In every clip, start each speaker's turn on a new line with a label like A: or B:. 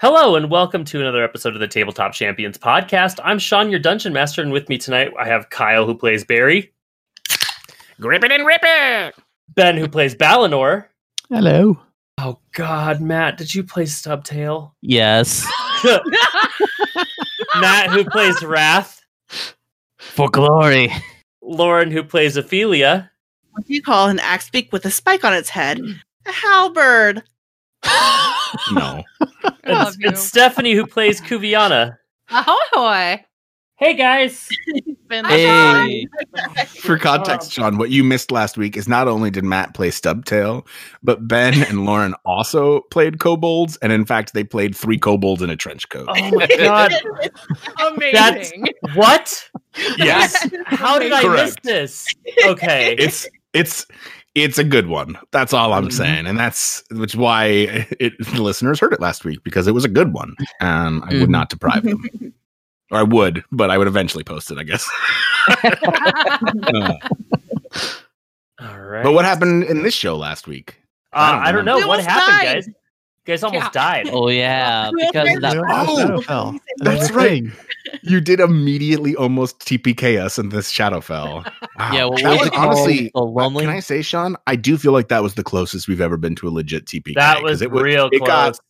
A: Hello and welcome to another episode of the Tabletop Champions podcast. I'm Sean, your dungeon master, and with me tonight I have Kyle, who plays Barry,
B: Grip it and rip it.
A: Ben, who plays Balinor.
C: Hello.
A: Oh God, Matt, did you play Stubtail?
C: Yes.
A: Matt, who plays Wrath.
C: For glory.
A: Lauren, who plays Ophelia.
D: What do you call an axe beak with a spike on its head? A halberd.
B: No.
A: And,
E: love you.
A: and Stephanie, who plays Kuviana.
E: Ahoy!
A: Hey guys.
C: Hey.
B: For context, Sean, what you missed last week is not only did Matt play Stubtail, but Ben and Lauren also played kobolds, and in fact, they played three kobolds in a trench coat.
A: Oh my God.
E: Amazing.
A: what?
B: Yes,
A: How did I miss
B: Correct.
A: this? Okay.
B: it's it's it's a good one. That's all I'm saying, and that's which why it, the listeners heard it last week because it was a good one. Um, I would not deprive them, or I would, but I would eventually post it, I guess. Uh,
A: All right.
B: but what happened in this show last week?
A: Uh, I don't know
D: We
A: what
D: almost
A: happened,
D: died.
A: guys. You guys almost
E: Yeah.
A: died.
C: Oh yeah,
D: Well,
C: because of that
B: there's-
C: Shadowfell. That was
B: That's
C: a
B: right.
C: thing.
B: You did immediately almost TPK us in this Shadowfell. Wow.
C: Yeah, what
B: that
C: was
B: was
C: it called?
B: honestly. uh,
C: The lonely.
B: Can I say, Sean? I do feel like that was the closest we've ever been to a legit TPK.
A: That
B: 'cause
A: was
B: it
A: real
B: it
A: close.
B: Got,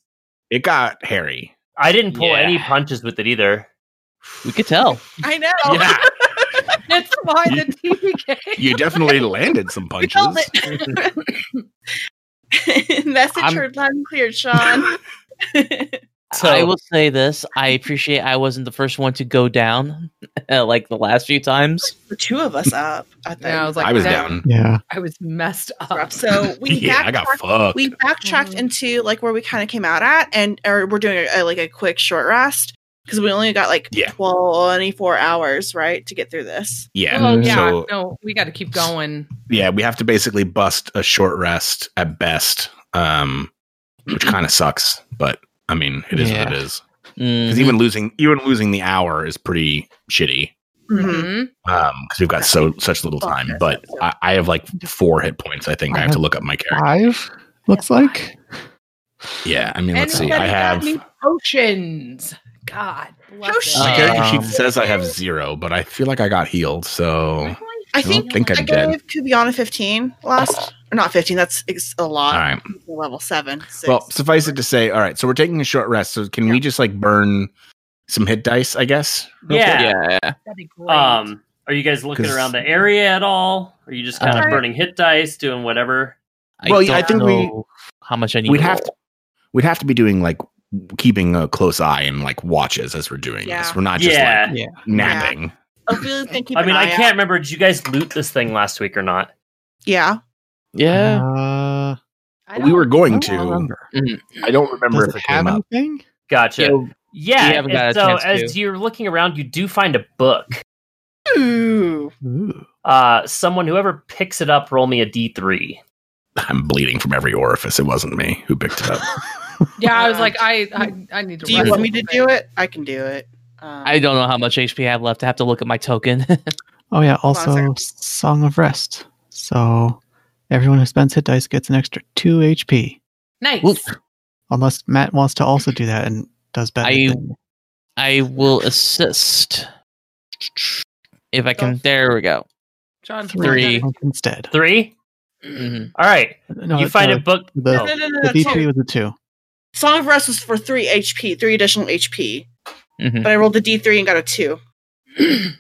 B: it got hairy.
A: I didn't pull
C: Yeah.
A: any punches with it either.
C: We could tell.
D: I know.
E: Oh,
B: Yeah,
E: That's why the TPK.
B: you definitely landed some
D: We
B: punches.
D: called it. Message
C: I'm-
D: heard loud and clear, Sean.
A: So
C: I will say this: I appreciate I wasn't the first one to go down, like the last few times.
D: the two of us up. I think.
E: Yeah, I was like,
B: I was
E: no.
B: down.
C: Yeah.
E: I was messed up.
D: so we
B: yeah, I got
D: backtracked-
B: fucked.
D: we backtracked
E: Mhm.
D: into like where we kind of came out at, and or we're doing a, like a quick short rest because we only got like
B: Yeah.
D: 24 hours right to get through this.
B: yeah.
E: Well, yeah,
B: So
E: no, we got to keep going.
B: yeah, we have to basically bust a short rest at best, um, which kind of sucks. But I mean, it is what it is.
C: Mm,
B: Because even losing even losing the hour is pretty shitty.
D: Mm-hmm.
E: Mhm.
B: um because we've got so such little time but I, I have like four hit points i think i have to look up my character
C: five looks like.
B: yeah i mean let's see
E: Anybody
B: i have
E: got any potions. God bless
D: Potions.
B: my
E: it.
B: character sheet
C: Um,
B: says i have zero but i feel like i got healed
A: Uh,
B: so
D: I
B: don't
D: think,
B: think I
D: I,
B: did.
D: gave Kubiana 15 last, or not 15. That's ex- a
B: all
D: lot.
B: right
D: Level seven. Uh, Six.
B: well suffice it to say all right so we're taking a short rest so can we just like burn some hit dice i guess real quick?
A: yeah.
E: That'd be great.
A: Um, are you guys looking
B: 'Cause-
A: around the area at all? Are you just kind of
C: Uh,
A: burning hit dice, doing whatever?
B: Well, yeah, I
C: don't
B: think we-
C: know how much I need.
B: we'd
C: to
B: have
C: roll.
B: to we'd have to be doing like keeping a close eye and like watches as we're doing
D: Yeah.
B: this we're not just
A: yeah.
C: like-
B: like napping
D: Ophelia's been keeping
A: I mean,
D: an
A: I
D: eye out.
A: can't remember. Did you guys loot this thing last week or not?
D: Yeah.
C: Yeah.
E: I
B: But we
E: don't- Oh,
B: were going
C: I don't
B: to
C: remember.
B: i don't remember
C: Does
B: if
C: it
B: it
C: have
B: came up
C: anything?
A: Gotcha.
C: Yeah.
A: yeah.
C: we haven't got
A: and
C: a
A: so
C: chance
A: as you're looking around, you do find a book.
D: Ooh.
C: Ooh.
A: Uh, someone whoever picks it up, roll me a d three.
B: i'm bleeding from every orifice it wasn't me who picked it up
E: Yeah, I was like, I, I, I need to.
D: Do you
E: rest
D: want
E: a
D: me to
E: little
D: do it? I can do it. Um,
C: I don't know how much HP I have left. I have to look at my token.
F: Oh yeah,
D: Hold on a
F: also Song of Rest. So everyone who spends hit dice gets an extra two HP.
E: bit.
C: Whoop.
E: Nice.
F: Unless Matt wants to also do that and does better.
C: I-
F: than-
C: I will assist if I can. There we go.
E: John
C: Three.
F: instead.
A: Three.
C: Mhm.
A: All right.
F: No,
A: you
F: it's,
A: find
F: uh,
A: a book. Oh.
F: the,
D: No, no, no, no,
F: the
D: that's
F: D3 was a two.
D: Song of Rest was for three HP, three additional HP.
C: Mhm.
D: But I rolled the D3 and got a two.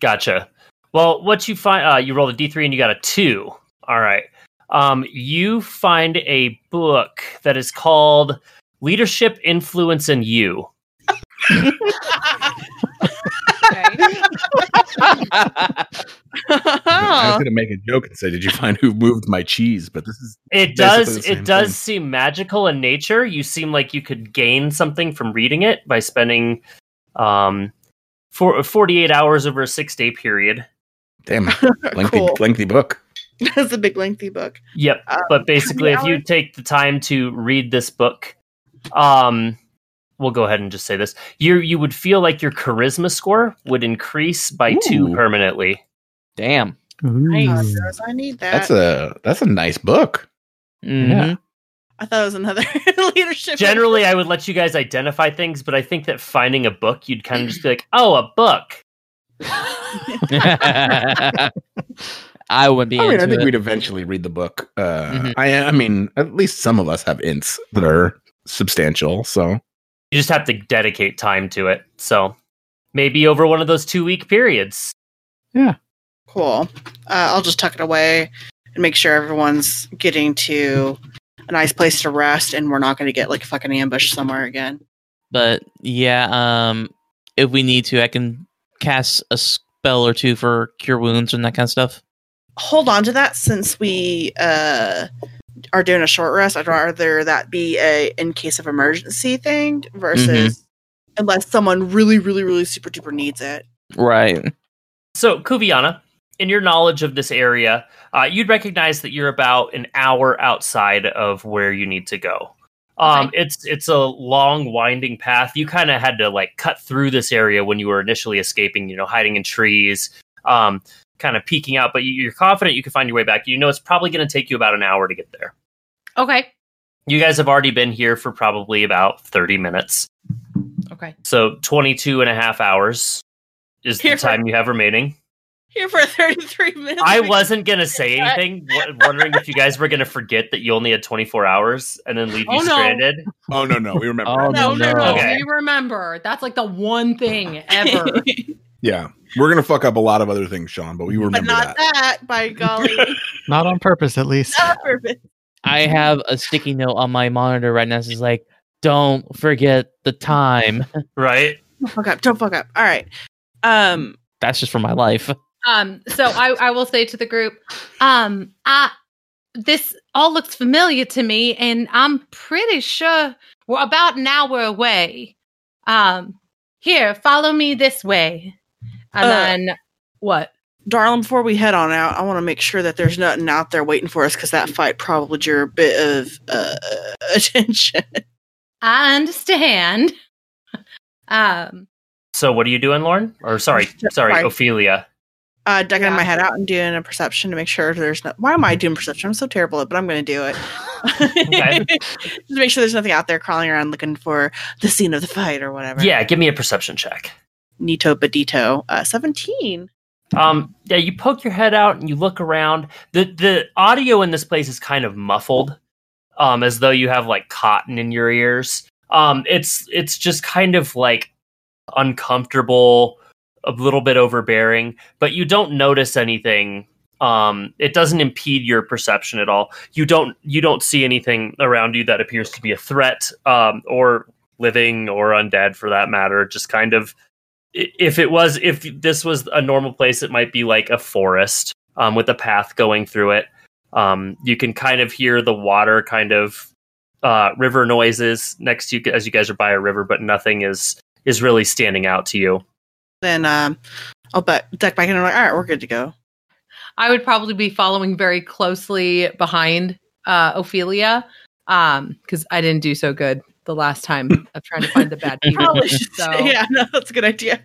A: Gotcha. Well, what you find, uh, you roll a d3 and you got a two. All right. Um, you find a book that is called Leadership, Influence, and You.
E: Okay.
C: Mm-hmm.
B: I was gonna make a joke and say, "Did you find who moved my cheese?" But this is
A: It
B: Basically
A: does.
B: the
A: It
B: same
A: does
B: thing.
A: seem magical in nature. You seem like you could gain something from reading it by spending, um, for, 48 hours over a six day period.
B: damn lengthy,
D: Cool.
B: lengthy book.
D: That's a big lengthy book.
A: Yep.
D: Um,
A: But basically, if
D: how many
A: you take the time to read this book, um, we'll go ahead and just say this: you you would feel like your charisma score would increase by two
B: Ooh.
A: permanently.
C: Damn.
F: Ooh.
D: hours does I need that.
B: That's a that's a nice book.
C: Mhm.
D: I thought it was another leadership.
A: Generally, I would let you guys identify things, but I think that finding a book, you'd kind of just be like, "Oh, a book."
C: I wouldn't be.
B: I mean, I
C: into
B: think
C: it.
B: we'd eventually read the book. Uh,
C: Mhm.
B: I, I mean, at least some of us have ints that are substantial. So
A: You just have to dedicate time to it. So maybe over one of those two week periods.
D: cool. Uh, I'll just tuck it away and make sure everyone's getting to a nice place to rest, and we're not going to get like fucking ambushed somewhere again.
C: But yeah, um, if we need to, I can cast a spell or two for cure wounds and that kind of stuff.
D: Hold on to that since we uh, are doing a short rest. I'd rather that be a in case of emergency thing versus
B: Mm-hmm.
D: unless someone really, really, really super duper needs it.
C: Right.
A: So, Kuviana, in your knowledge of this area, uh, you'd recognize that you're about an hour outside of where you need to go. Um, It's it's a long, winding path. You kind of had to like cut through this area when you were initially escaping. You know, hiding in trees, um, kind of peeking out. But you- you're confident you can find your way back. You know, it's probably going to take you about an hour to get there.
E: Okay.
A: You guys have already been here for probably about thirty minutes,
E: Okay.
A: so 22 and a half hours is the
D: Here.
A: time you have remaining.
D: Here for 33 minutes.
A: I wasn't gonna say
D: that.
A: anything, w- wondering if you guys were gonna forget that you only had 24 hours and then leave you
E: Oh, no.
A: stranded.
B: Oh no, no, we remember.
C: Oh,
E: No, no, no.
A: Okay.
E: We remember. That's like the one thing ever.
B: Yeah, we're gonna fuck up a lot of other things, Sean, but we remember
D: but not
B: that.
D: that. by golly.
F: Not on purpose, at least.
D: Not perfect.
C: I have a sticky note on my monitor right now. It's just like, don't forget the time.
A: Right?
D: Don't fuck up. Don't fuck up. All right. Um,
C: That's just for my life.
E: Um, so I, I will say to the group, um, I, this all looks familiar to me, and I'm pretty sure we're about an hour away. Um, here, follow me this way, and
D: Uh,
E: then what?
D: darling, before we head on out, I want to make sure that there's nothing out there waiting for us because that fight probably drew a bit of uh, attention.
E: I understand. um,
A: So what are you doing, Lauren? Or sorry, sorry,
D: Fine.
A: Ophelia.
D: Uh, ducking
E: Yeah.
D: my head out and doing a perception to make sure there's no. Why am I doing perception? I'm so terrible at it, but I'm going to do it. Just make sure there's nothing out there crawling around looking for the scene of the fight or whatever.
A: Yeah, give me a perception check.
D: Nito Badito. Uh, 17.
A: Um, yeah, you poke your head out and you look around. The the audio in this place is kind of muffled, um, as though you have like cotton in your ears. Um, it's it's just kind of like uncomfortable, a little bit overbearing, but you don't notice anything. Um, it doesn't impede your perception at all. You don't you don't see anything around you that appears to be a threat, um, or living or undead for that matter. Just kind of i- if it was if this was a normal place it might be like a forest um, with a path going through it um, you can kind of hear the water kind of uh, river noises next to you as you guys are by a river but nothing is is really standing out to you
D: Then um, I'll bet duck back in and I'm like, all right, we're good to go.
E: I would probably be following very closely behind uh, Ophelia um, because I didn't do so good the last time of trying to find the bad people.
D: Probably should
E: So-
D: say- yeah, no, that's a good idea.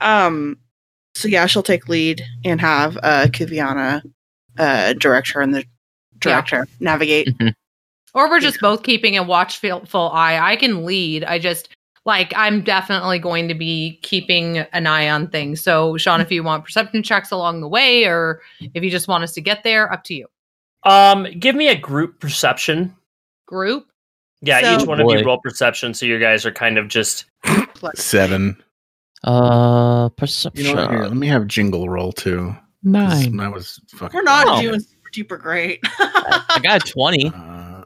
D: Um, so yeah, she'll take lead and have uh Kuviana uh direct her and the director navigate.
E: Or we're just both keeping a watchful full eye. I can lead. I just like I'm definitely going to be keeping an eye on things. So, Sean, if you want perception checks along the way, or if you just want us to get there, up to you.
A: um, give me a group perception
E: Group.
A: yeah
D: So-
A: each one of
C: Boy.
A: you roll perception so you guys are kind of just
B: Seven.
C: Uh,
B: You
C: perception.
B: know, what? Here, let me have jingle roll too. 'cause
F: Nine.
B: I was fucking.
D: We're not
C: Oh.
D: doing super duper great.
C: I got a 20.
B: Uh,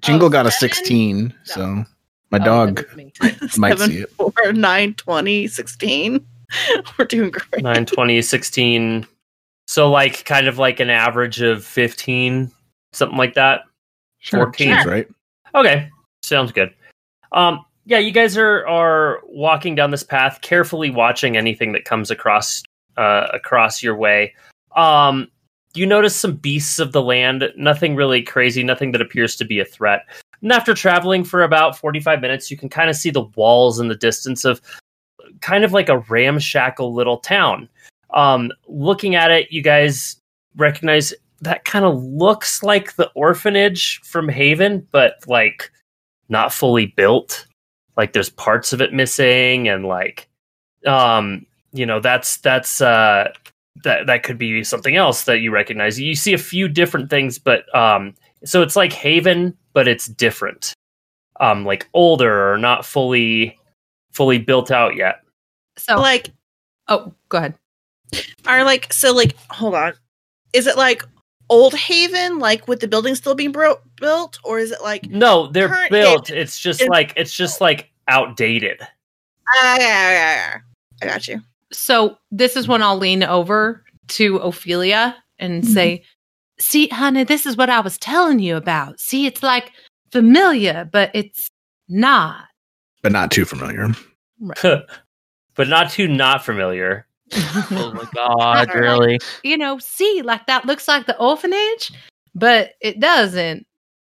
B: jingle
D: Oh,
B: got a
D: seven?
B: sixteen, so my
E: Oh,
B: dog
E: that was me.
B: might
D: Seven,
B: see it.
D: four, nine, 20, 16. We're doing great.
A: 9 20 16 so like kind of like an average of 15 something like that
F: Sure.
A: 14.
B: Seems right.
A: Okay, sounds good. Um, yeah, you guys are are walking down this path, carefully watching anything that comes across uh, across your way. Um, you notice some beasts of the land, nothing really crazy, nothing that appears to be a threat. And after traveling for about forty five minutes, you can kind of see the walls in the distance of kind of like a ramshackle little town. Um, looking at it, you guys recognize that kind of looks like the orphanage from Haven, but like not fully built. Like there's parts of it missing, and like, um, you know, that's that's uh, that that could be something else that you recognize. You see a few different things, but um, so it's like Haven, but it's different. Um, like older or not fully fully built out yet.
E: So,
D: Like,
E: oh, go ahead.
D: are like so like hold on is it like old haven like with the building still being bro- built or is it like
A: No, they're
D: Current
A: built.
D: date
A: It's just
D: is-
A: like it's just like outdated.
D: ah, yeah, yeah, yeah. i got you
E: So this is when I'll lean over to Ophelia and say, "See, honey, this is what I was telling you about. See, it's like familiar, but it's not."
B: but not too familiar.
A: but not too not familiar.
C: Oh my god, really?
E: you know, see, like that looks like the orphanage, but it doesn't.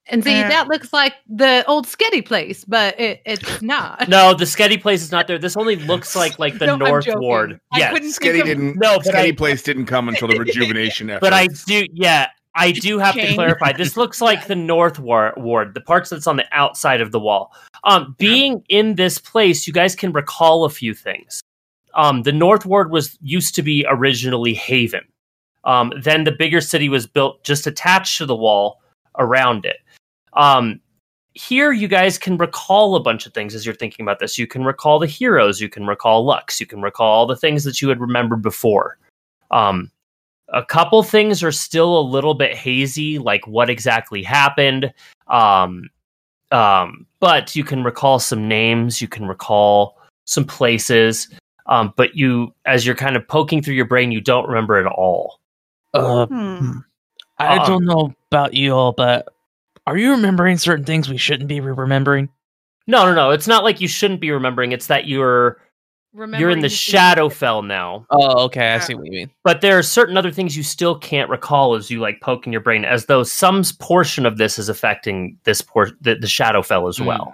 E: And see,
D: Yeah.
E: that looks like the old sketty place, but it, it's not.
A: No, the Sketty place is not there. This only looks like like the
E: No, I'm
A: North
E: joking.
A: Ward.
E: I
A: Yeah,
E: couldn't think
B: Sketty
E: of-
B: didn't.
A: No,
B: No,
A: but I-
B: Sketty Place didn't come until the rejuvenation effort.
A: but I do. Yeah, I do have to
D: Change.
A: clarify. This looks like the North War- Ward, the parts that's on the outside of the wall. Um, being in this place, you guys can recall a few things. Um, the North Ward was used to be originally Haven. Um, then the bigger city was built just attached to the wall around it. Um, here, you guys can recall a bunch of things as you're thinking about this. You can recall the heroes, you can recall Lux, you can recall all the things that you had remembered before. Um, a couple things are still a little bit hazy, like what exactly happened. Um, um, but you can recall some names, you can recall some places. Um, but you, as you're kind of poking through your brain, you don't remember it all.
C: Uh,
D: Hmm.
C: I
A: Um,
C: don't know about you all, but are you remembering certain things we shouldn't be re- remembering?
A: No, no, no. It's not like you shouldn't be remembering. It's that you're you're in
E: Remembering
A: the
E: things-
A: Shadowfell now.
C: Oh, okay, I see what you mean.
A: But there are certain other things you still can't recall as you like poke in your brain, as though some s- portion of this is affecting this por- the, the Shadowfell
C: Hmm.
A: as well.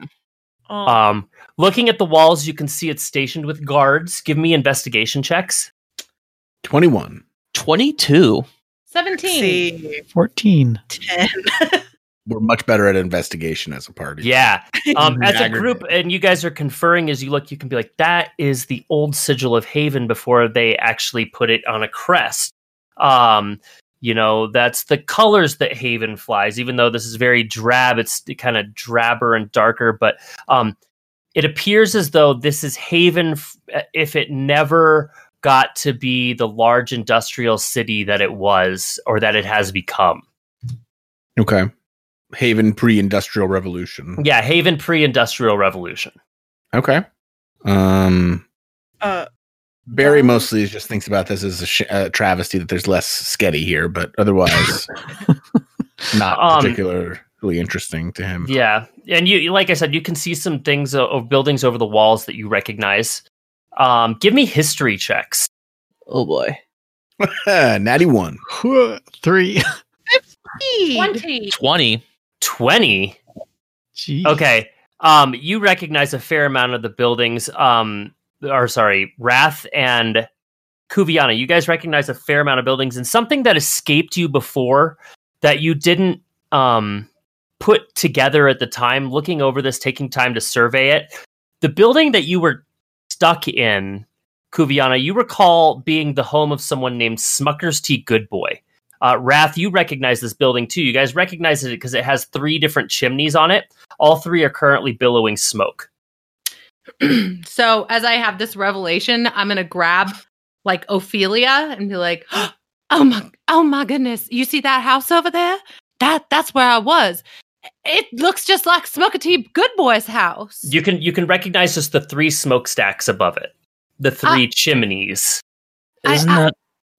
D: Oh,
A: Um, looking at the walls, you can see it's stationed with guards. Give me investigation checks.
B: twenty-one.
C: Twenty-two.
E: 17.
D: see
F: 14.
D: 10
B: We're much better at investigation as a party.
A: Yeah.
C: Mm-hmm.
A: Um, as a
B: Dagger.
A: group, and you guys are conferring as you look, you can be like, that is the old sigil of Haven before they actually put it on a crest. Um, you know, that's the colors that Haven flies, even though this is very drab, it's kind of drabber and darker, but um, it appears as though this is Haven f- if it never got to be the large industrial city that it was or that it has become.
B: Okay. Haven pre-industrial revolution.
A: Yeah, Haven pre industrial revolution.
B: Okay. Um,
D: uh
B: Barry
D: Um,
B: mostly just thinks about this as a, sh- a travesty that there's less sketty here, but otherwise, not
A: Um,
B: particularly interesting to him.
A: Yeah, and you, you- like I said, you can see some things o- of buildings over the walls that you recognize. Um, give me history checks.
C: Oh boy,
B: Natty one.
F: Three.
D: feed.
E: 20.
C: twenty.
A: Twenty.
F: Jeez.
A: Okay. Um, you recognize a fair amount of the buildings. Um, or sorry, Wrath and Kuviana. You guys recognize a fair amount of buildings, and something that escaped you before that you didn't um put together at the time. Looking over this, taking time to survey it, the building that you were stuck in, Kuviana, you recall being the home of someone named Smuckers T. Goodboy. Uh, Wrath, you recognize this building too. You guys recognize it because it has three different chimneys on it all three are currently billowing smoke.
E: so as I have this revelation, I'm gonna grab like Ophelia and be like, "Oh my, oh my goodness! You see that house over there? That that's where I was. It looks just like Smoker T. Good Boy's house.
A: You can you can recognize just the three smokestacks above it, the
D: Ah.
A: three chimneys.
E: I-
C: Isn't
E: I-
C: that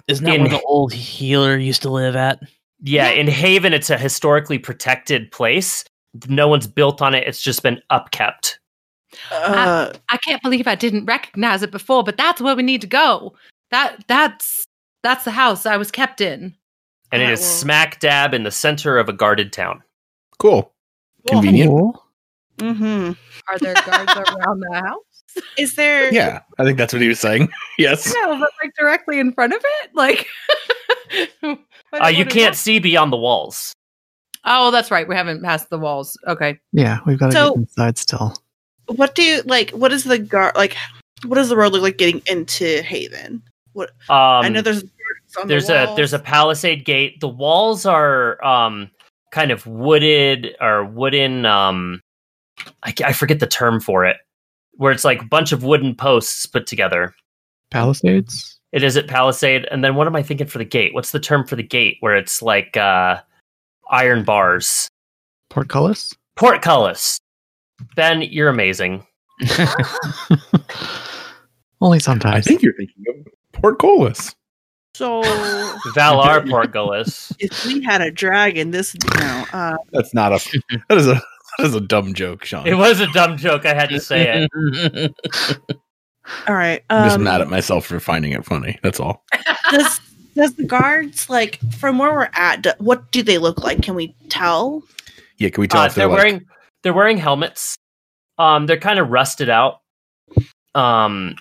C: isn't that
A: In-
C: where the old healer used to live at?
A: Yeah,
E: Yeah.
A: in Haven, it's a historically protected place. No one's built on it. It's just been upkept. Ah.
D: uh,
E: I can't believe I didn't recognize it before, but that's where we need to go. That that's that's the house I was kept in.
A: And it
D: Alright,
A: is
D: well-
A: smack dab in the center of a guarded town.
B: Cool. Convenient.
F: Cool.
D: hmm
E: Are there guards around the house?
D: is there
B: Yeah, I think that's what he was saying. yes.
E: No, but like directly in front of it, like.
D: Why
A: Uh,
D: do-
A: you
D: why do
A: can't see beyond the walls.
E: Oh, that's right. We haven't passed the walls. Okay.
F: Yeah, we've got to
D: So-
F: get inside still.
D: that? What do you like? What is the guard like? What does the road look like getting into Haven?
A: Um,
D: I know there's guards on
A: there's
D: the
A: a there's a palisade gate. The walls are um kind of wooded or wooden um I, ca- I forget the term for it where it's like a bunch of wooden posts put together.
F: Palisades?
A: It is at palisade and then what am I thinking for the gate? What's the term for the gate where it's like uh iron bars?
F: Portcullis?
A: Portcullis. Ben, you're amazing.
F: Only
B: I
F: sometimes.
B: think you're thinking of portcullis.
D: so.
A: Valar Portcullis.
D: If we had a dragon, this no. Uh,
B: That's not a. That is a. That is a dumb joke, Sean.
A: It was a dumb joke. I had to say it.
D: all right. Um,
B: I'm just mad at myself for finding it funny. That's all.
D: does does the guards like from where we're at? do- what do they look like? Can we tell?
B: Yeah, can we tell
A: Uh,
B: if they're,
A: they're
B: like-
A: wearing they're wearing helmets. Um, they're kind of rusted out. Um,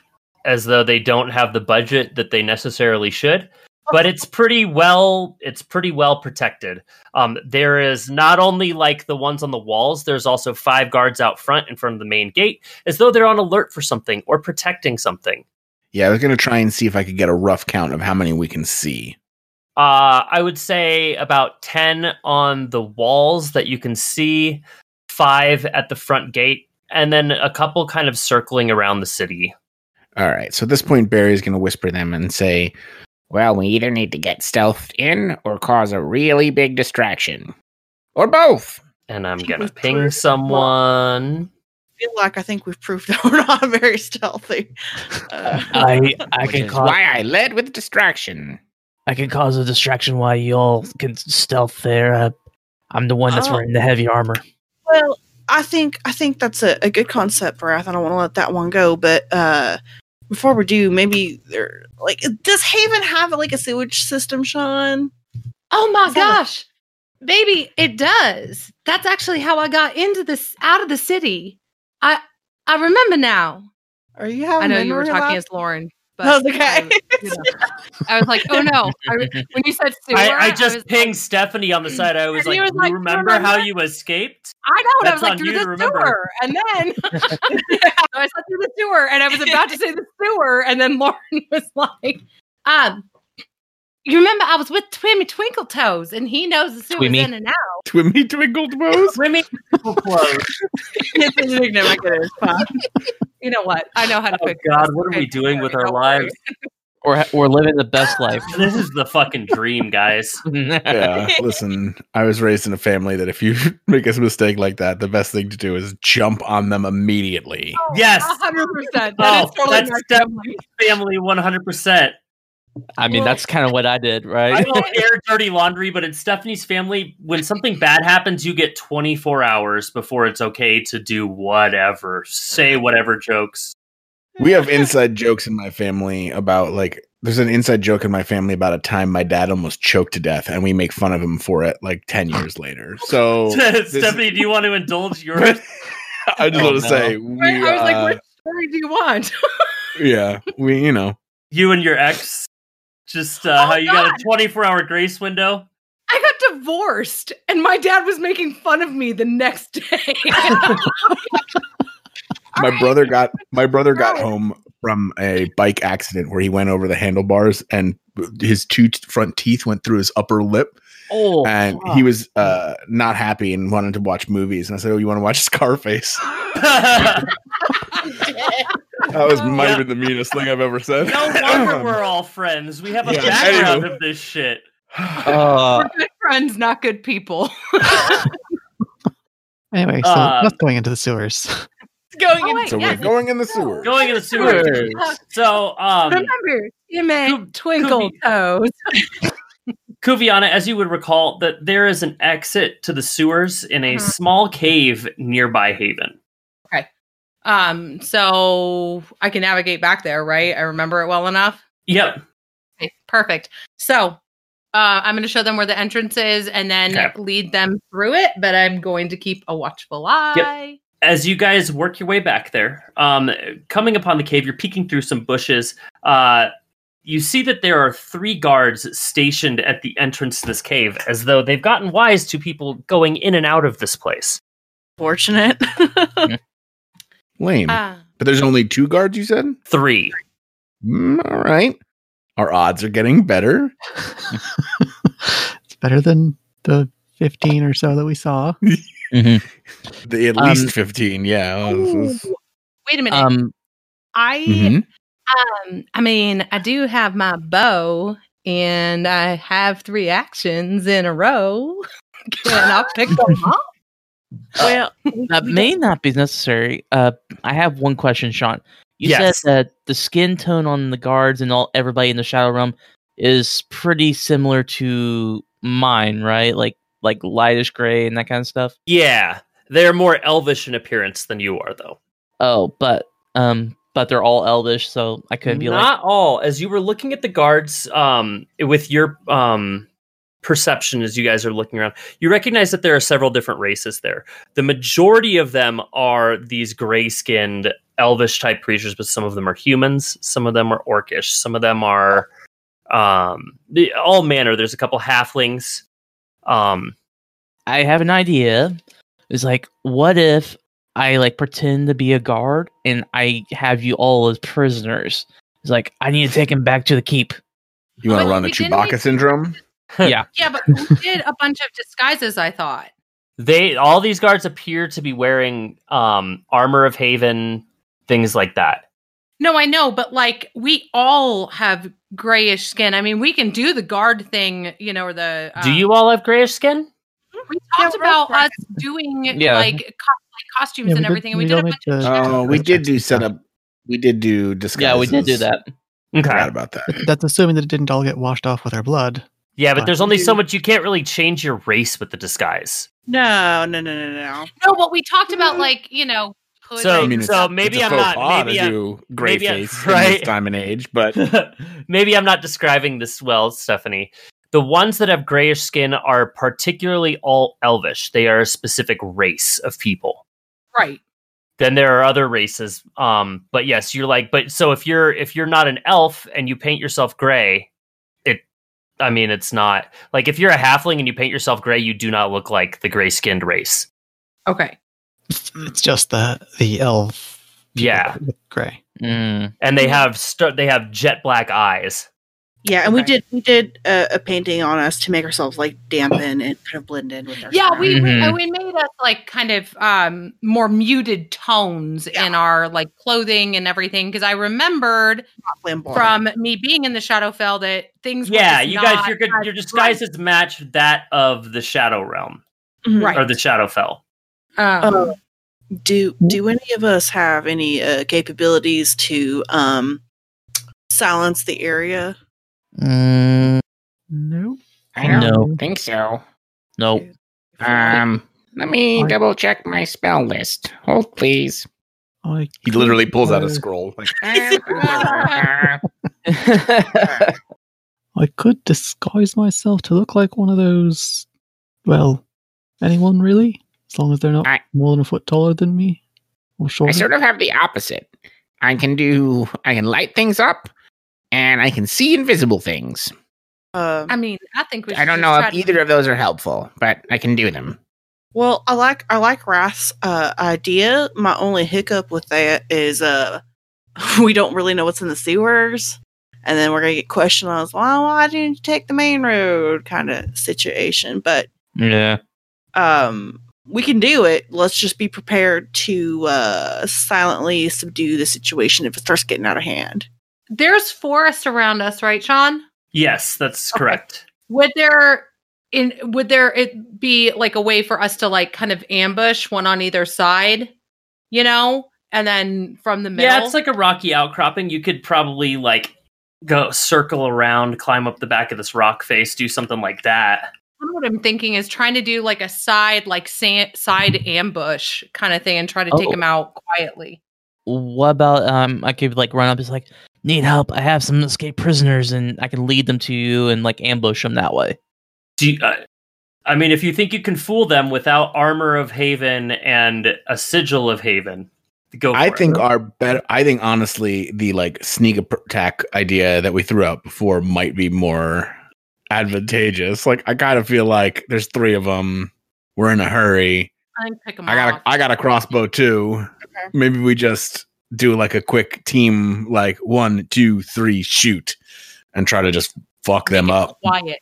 A: as though they don't have the budget that they necessarily should. But it's pretty well it's pretty well protected. Um, there is not only like the ones on the walls, there's also five guards out front in front of the main gate, as though they're on alert for something or protecting something.
B: Yeah, I was gonna try and see if I could get a rough count of how many we can see.
A: Uh, I would say about 10 on the walls that you can see, five at the front gate, and then a couple kind of circling around the city.
B: All right. So at this point, Barry's gonna whisper them and say,
G: Well, we either need to get stealthed in or cause a really big distraction. Or both.
A: And I'm
D: She
A: going to
D: was pretty
A: ping
D: small.
A: someone.
D: I feel like I think we've proved that we're not very stealthy. Uh,
C: I I
G: which
C: can
G: is
C: cause
G: why I led with distraction.
C: I can cause a distraction while y'all can stealth there. Uh, I'm the one that's
D: Oh.
C: wearing the heavy armor.
D: well, I think I think that's a, a good concept, Wrath. I don't want to let that one go, but uh, before we do, maybe there like does Haven have like a sewage system, Sean?
E: Oh my
D: Is that a-
E: gosh. Baby, it does. That's actually how I got into this out of the city. I I remember now.
D: Are you having?
E: I know you were
D: memory
E: talking
D: lapse?
E: as Lauren, but
D: That was okay.
E: I, you know, I was like, oh no. I, when you said sewer,
A: I, I
E: was
A: just
E: like,
A: pinged Stephanie on the side. I was
E: And
A: like,
E: he was
A: you
E: like, "You
A: remember, how you escaped?
E: I know. And I
A: That's
E: was
A: on
E: like, through
A: you to
E: the
A: remember.
E: sewer. And then so I said through the sewer and I was about to say the sewer. And then Lauren was like, um, you remember I was with Twimmy Twinkle Toes and he knows the sewer's
C: Twimmy.
E: in and out.
B: "Twimmy twinkled bows."
A: Let me close.
D: It's an ignorant marketer, it's fine.
E: You know what? I know how to
A: Oh
E: quick.
A: God, what are we doing with our
E: Don't worry.
A: lives?
C: Or we're living the best life.
A: This is the fucking dream, guys.
B: yeah. Listen, I was raised in a family that if you make a mistake like that, the best thing to do is jump on them immediately.
E: Oh,
A: Yes.
E: 100%.
A: Oh,
E: That is totally
A: that's
E: my
A: definitely- Family 100%.
C: I mean, that's kind of what I did,
A: I
C: right?
A: don't air dirty laundry, but in Stephanie's family, when something bad happens, you get 24 hours before it's okay to do whatever, say whatever jokes.
B: we have inside jokes in my family about like there's an inside joke in my family about a time my dad almost choked to death and we make fun of him for it like 10 years later so
A: Stephanie, do you want to indulge yours?
B: i just
C: Oh,
B: want
C: no.
B: to say we,
E: Right? I was
B: uh,
E: like, what story do you want?
B: yeah we you know
A: You and your ex, just uh,
E: Oh,
A: how you got a 24 hour grace window.
E: I got divorced and my dad was making fun of me the next day.
B: my brother got my brother got
E: Right.
B: home from a bike accident where he went over the handlebars and his two t- front teeth went through his upper lip
C: Oh,
B: and he was uh not happy and wanted to watch movies and i said oh you want to watch scarface
A: no
B: that was might have been the meanest thing i've ever said
A: wonder we're all friends. We have a
B: Yeah,
A: background
B: anywho.
A: of this shit.
E: We're good friends, not good people.
F: Anyway, so
A: Um,
F: that's going into the sewers.
D: going
E: Oh,
D: in-
E: wait,
B: so
E: yes.
B: we're going in the sewer
A: Going in the sewer. So, um,
E: Remember, you may
A: Could-
E: twinkle
A: could
E: toes.
A: Kuviana, as you would recall, that there is an exit to the sewers in a
E: Mhm.
A: small cave nearby Haven.
E: Um, so I can navigate back there, right? I remember it well enough.
A: Yep.
E: Okay, perfect. So uh, I'm going to show them where the entrance is and then
A: Okay.
E: lead them through it, but I'm going to keep a watchful eye.
A: As you guys work your way back there, um, coming upon the cave, you're peeking through some bushes. Uh, you see that there are three guards stationed at the entrance to this cave, as though they've gotten wise to people going in and out of this place.
D: Fortunate.
B: Lame.
E: Uh,
B: but there's only two guards, you said?
A: Three.
B: Mm, all right. Our odds are getting better.
F: it's better than the 15 or so that we saw.
C: Mm-hmm.
B: The- at
C: Um,
B: least 15. Yeah. Oh, this is-
E: wait a minute.
C: Um,
E: I
B: Mhm.
E: um, I mean, I do have my bow, and I have three actions in a row. Can I pick them up?
D: well,
C: that may not be necessary. Uh, I have one question, Sean. You
A: Yes.
C: said that the skin tone on the guards and all everybody in the Shadow Realm is pretty similar to mine, right? Like like lightish gray and that kind of stuff.
A: Yeah, they're more elvish in appearance than you are, though.
C: Oh, but um, but they're all elvish, so I couldn't be like,
A: Not all. As you were looking at the guards, um, with your um perception as you guys are looking around, you recognize that there are several different races there. The majority of them are these gray-skinned elvish type creatures, but some of them are humans, some of them are orcish, some of them are um the- all manner. There's a couple halflings. Um
C: I have an idea. It's like, what if I like pretend to be a guard and I have you all as prisoners? It's like I need to take him back to the keep.
B: you want to
E: But
B: run a
E: we didn't
B: Chewbacca
E: make-
B: syndrome?
E: Yeah, but we did a bunch of disguises. I thought.
A: they all these guards appear to be wearing um armor of haven, things like that.
E: No, I know, but like we all have grayish skin. I mean, we can do the guard thing, you know, or the.
A: Do
E: um,
A: you all have grayish skin?
E: We talked
D: Yeah, we're all
E: about
D: grayish.
E: us doing
C: Yeah.
E: like, co- like costumes
F: Yeah, we
E: and
F: did-
E: everything, and we
F: we
E: did a
F: all
E: bunch
F: made
E: of.
F: the-
E: checks.
B: Oh, we did do setup. We did do disguise.
C: Yeah, we did do that.
B: Forgot about that.
F: That's assuming that it didn't all get washed off with our blood.
A: Yeah, but
F: Uh,
A: there's only so much you can't really change your race with the disguise.
D: no, no, no, no, no.
E: No, but we talked
F: Mm-hmm.
E: about like you know. hood-
A: So-
B: I mean, it's-
A: so maybe
B: it's a
A: I'm
B: faux
A: not-
B: pas
A: maybe
B: to
A: I'm-
B: do gray
A: maybe I'm-
B: face in
A: right.
B: this time and age, but
A: Maybe I'm not describing this well, Stephanie. The ones that have grayish skin are particularly all elvish. They are a specific race of people.
E: right.
A: Then there are other races. Um, but yes, you're like, but so if you're if you're not an elf and you paint yourself gray, it I mean it's not like if you're a halfling and you paint yourself gray, you do not look like the gray skinned race.
E: Okay.
F: It's just the the elf. people
A: Yeah.
F: that look Gray.
C: Mm.
A: And they have st- they have jet black eyes.
D: Yeah, and we
E: Okay.
D: did we did a, a painting on us to make ourselves like dampen and kind of blend in with our.
E: Yeah, we we,
C: Mhm.
E: uh, we made us like kind of um more muted tones in our like clothing and everything because I remembered from me being in the Shadowfell that things. were
A: yeah
E: just
A: you guys
E: not
A: your good
E: as
A: your disguises match that of the shadow realm
E: Right.
A: or the shadowfell
E: Um,
D: Mm-hmm.
G: Oh.
D: Um, do do any of us have any uh, capabilities to um silence the area?
C: Mm,
F: Nope.
G: I don't
C: No.
G: think so.
C: no.
G: Um, let me double check my spell list. Hold, please.
F: I
B: he literally pulls out a
F: could, uh,
B: scroll. Like,
F: I could disguise myself to look like one of those. Well, anyone really, as long as they're not
G: I-
F: more than a foot taller than me or
G: I
F: shorter.
G: sort of have the opposite. I can do. I can light things up, and I can see invisible things.
D: Um,
E: I mean, I think we. Should
G: I don't
E: just
G: know
E: try
G: if
E: to-
G: either of those are helpful, but I can do them.
D: well, I like I like Rath's uh, idea. My only hiccup with that is uh, we don't really know what's in the sewers, and then we're gonna get questioned on why why didn't you take the main road kind of situation. But
C: Yeah.
D: um, we can do it. Let's just be prepared to uh, silently subdue the situation if it starts getting out of hand.
E: There's forest around us, right, Sean?
A: yes that's correct
E: Would there in would there it be like a way for us to like kind of ambush one on either side, you know, and then from the middle?
A: yeah it's like a rocky outcropping you could probably like go circle around climb up the back of this rock face do something like that
E: Kind of what I'm thinking is trying to do like a side like sa- side ambush kind of thing and try to take
C: Oh.
E: him out quietly.
C: What about um? I could like run up. It's like need help. I have some escaped prisoners, and I can lead them to you and like ambush them that way.
A: do you, uh, i mean if you think you can fool them without armor of haven and a sigil of haven Go.
B: I
A: for it.
B: think our better. I think honestly, the like sneak attack idea that we threw out before might be more advantageous. Like, I kind of feel like there's three of them. We're in a hurry.
E: I can pick 'em
B: I got
E: off.
B: a, I got a crossbow too.
D: Okay.
B: Maybe we just do like a quick team, like one, two, three, shoot, and try to just fuck them up.
E: Quiet.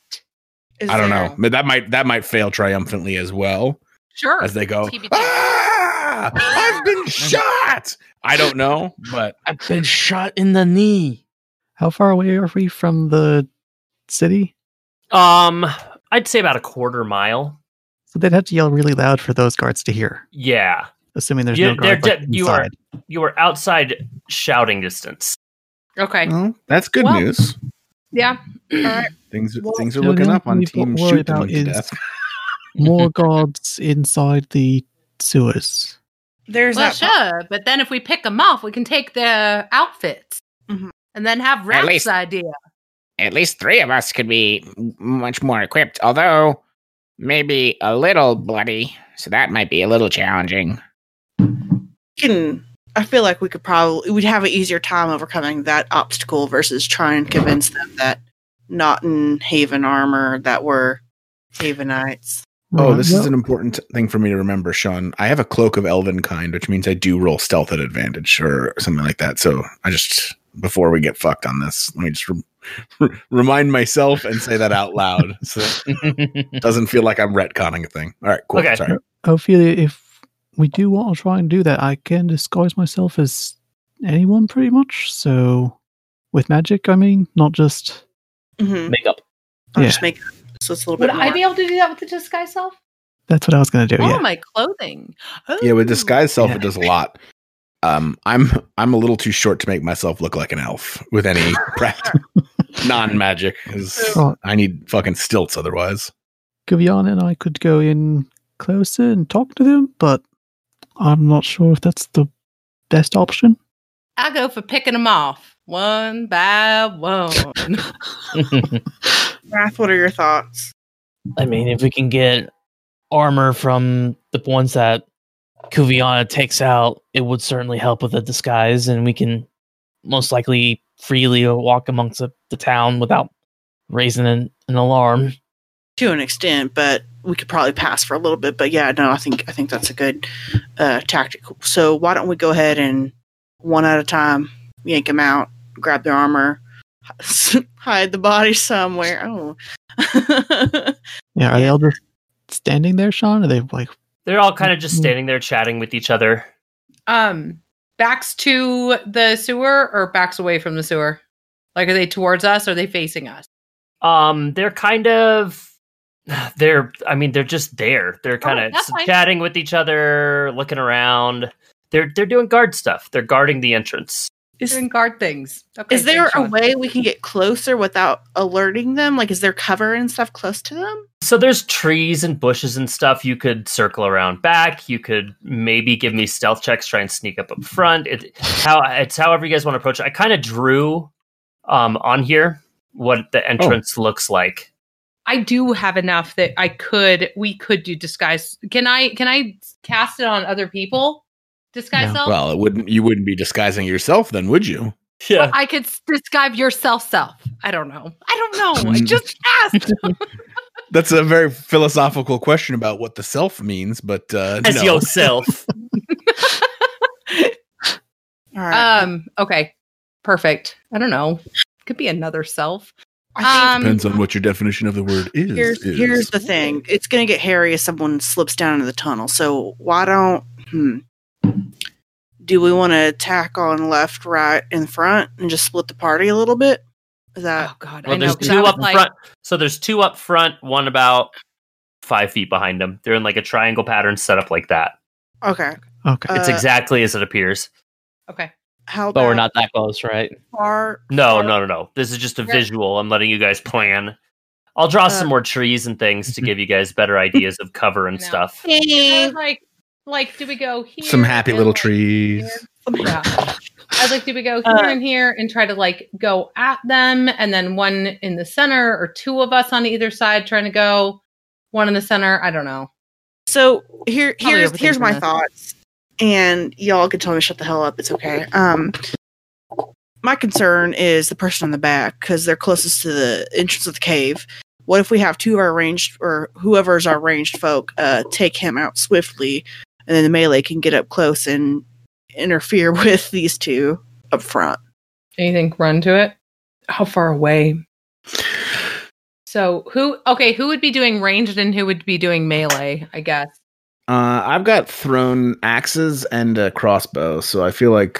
D: Is
B: I don't
D: there-
B: know. But that might that might fail triumphantly as well
E: Sure.
B: as they go.
E: TBD.
B: Ah, I've been shot. I don't know, but
C: I've been shot in the knee.
F: How far away are we from the city?
A: Um, I'd say about a quarter mile.
F: So they'd have to yell really loud for those guards to hear,
A: Yeah,
F: assuming there's
A: You-
F: no
A: they're
F: guard like,
A: de- you are-
F: inside.
A: you were outside shouting distance.
E: Okay.
D: Mm.
B: well, that's good
E: Well-
B: news.
E: Yeah.
D: All right.
B: Things
D: Well,
B: things are
F: the
B: looking
F: only
B: up on
F: thing we
B: team
F: don't worry
B: shoot them
F: about
B: to
F: is-
B: death.
F: More guards inside the sewers.
D: There's
E: Well,
D: that.
E: sure. But then if we pick them off, we can take their outfits
D: Mhm.
E: and then have Raph's
G: least-
E: idea.
G: At least three of us could be m- much more equipped, although maybe a little bloody. So that might be a little challenging.
D: we can I feel like we could probably we'd have an easier time overcoming that obstacle versus trying to convince them that not in Haven armor that were Havenites.
B: Oh,
F: Right,
B: this
F: well,
B: is an important thing for me to remember, Sean. I have a cloak of elven kind, which means I do roll stealth at advantage or something like that. So I just before we get fucked on this, let me just rem remind myself and say that out loud, so that it doesn't feel like I'm retconning a thing. All right, cool.
A: Okay.
B: Sorry.
F: Ophelia, if we do want to try and do that, I can disguise myself as anyone pretty much. So, with magic, I mean, not just.
D: Mm-hmm.
C: Makeup.
D: I'll
F: yeah,
D: just make so it's a little
E: Would
D: bit. More.
E: I be able to do that with the disguise self?
F: that's what I was going to do.
E: Oh,
F: yeah.
E: my clothing.
B: Yeah,
E: Ooh.
B: with disguise self,
F: Yeah.
B: it does a lot. Um, I'm I'm a little too short to make myself look like an elf with any pract- non magic.
F: Right.
B: I need fucking stilts otherwise.
F: Gaviana and I could go in closer and talk to them, but I'm not sure if that's the best option.
E: I go for picking them off one by one.
D: Wrath, what are your thoughts?
C: I mean, if we can get armor from the ones that Kuviana takes out, it would certainly help with the disguise, and we can most likely freely walk amongst the, the town without raising an, an alarm.
D: To an extent, but we could probably pass for a little bit. But yeah, no, I think I think that's a good uh, tactic. So why don't we go ahead and one at a time yank them out, grab their armor, hide the body somewhere. Oh.
F: Yeah, are they all just standing there, Sean? Are they like,
A: They're all kind of just standing there chatting with each other.
E: um, backs to the sewer or backs away from the sewer? Like, are they towards us? Or are they facing us?
A: Um, they're kind of they're I mean they're just there. They're kind of
E: Oh, that's fine.
A: chatting with each other, looking around. They're they're doing guard stuff. They're guarding the entrance.
D: Is-
E: Doing guard things. Okay,
D: Is there
E: thanks,
D: a
E: Sean.
D: way we can get closer without alerting them? Like, is there cover and stuff close to them?
A: So there's trees and bushes and stuff. You could circle around back. You could maybe give me stealth checks, try and sneak up up front. It how it's however you guys want to approach. it. I kind of drew um on here what the entrance looks like.
E: I do have enough that I could we could do disguise. Can I can I cast it on other people? Disguise
F: No.
E: self?
B: Well, it wouldn't you wouldn't be disguising yourself then, would you?
A: Yeah.
E: I could s- disguise yourself self. I don't know. I don't know.
D: Mm.
E: I just asked.
B: That's a very philosophical question about what the self means, but uh
A: As
B: no.
A: yourself.
D: All right.
E: um okay. Perfect. I don't know. Could be another self.
D: I
E: Um
B: depends on what your definition of the word is.
D: think here's
B: is.
D: here's the thing. It's gonna get hairy if someone slips down into the tunnel. So why don't? Hmm. Do we want to attack on left, right, and front, and just split the party a little bit? Is that
E: Oh god,
A: Well,
E: I know.
A: there's
E: 'cause I
A: two
E: was
A: up
E: like,
A: front. So there's two up front, one about five feet behind them. They're in like a triangle pattern set up like that.
C: Oh.
D: okay?
F: okay,
D: Uh,
A: It's exactly as it appears.
E: Okay.
D: How
C: But we're
D: about
C: not that close, right?
D: far?
A: No,
D: far-
A: no, no, no. This is just a
E: Yeah.
A: visual. I'm letting you guys plan. I'll draw
D: Uh,
A: some more trees and things to give you guys better ideas of cover and
E: No.
A: stuff.
E: I
D: Hey,
E: was like like do we go here?
B: Some happy
E: and,
B: little
E: like,
B: trees.
E: Yeah. I was like, do we go
D: Uh,
E: here and here and try to like go at them and then one in the center or two of us on either side trying to go one in the center? I don't know.
D: So here
E: Probably
D: here's here's
E: overthinking
D: my
E: this.
D: thoughts. and y'all can tell me to shut the hell up. It's okay. Um, my concern is the person on the back because they're closest to the entrance of the cave. What if we have two of our ranged or whoever's our ranged folk uh, take him out swiftly, and then the melee can get up close and interfere with these two up front?
E: And you think run to it? How far away? So who? Okay, who would be doing ranged and who would be doing melee? I guess.
B: Uh, I've got thrown axes and a crossbow, so I feel like,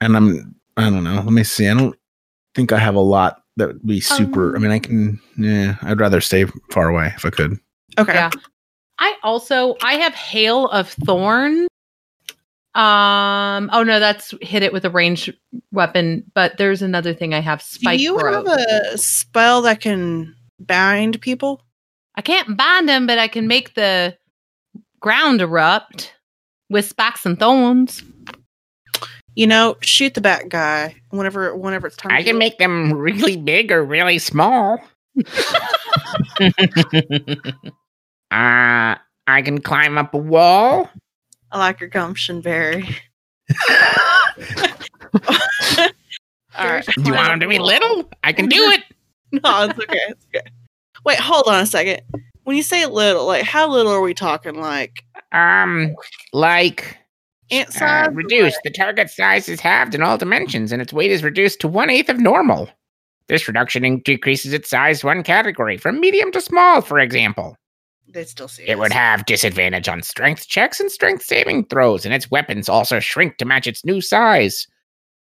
B: and I'm I don't know. Let me see. I don't think I have a lot that would be super. I mean, I can. Yeah, I'd rather stay far away if I could.
D: Okay.
E: Yeah. I also I have hail of thorn. Um. Oh no, that's hit it with a ranged weapon. But there's another thing I have.
D: Do
E: Spike
D: you
E: rope.
D: have a spell that can bind people?
E: I can't bind them, but I can make the ground erupt with spikes and thorns.
D: You know, shoot the bat guy whenever whenever it's time.
G: I
D: to
G: can
D: do it.
G: make them really big or really small. Uh, I can climb up a wall.
D: I like your gumption berry. All right.
G: Do you want them to be little? I can do it.
D: No, it's okay. It's okay. Wait, hold on a second. When you say little, like how little are we talking? Like
G: Um, like
D: ant
G: uh,
D: size?
G: reduced. The target size is halved in all dimensions, and its weight is reduced to one eighth of normal. This reduction in- decreases its size one category from medium to small, for example.
D: They still see
G: It would have disadvantage on strength checks and strength saving throws, and its weapons also shrink to match its new size.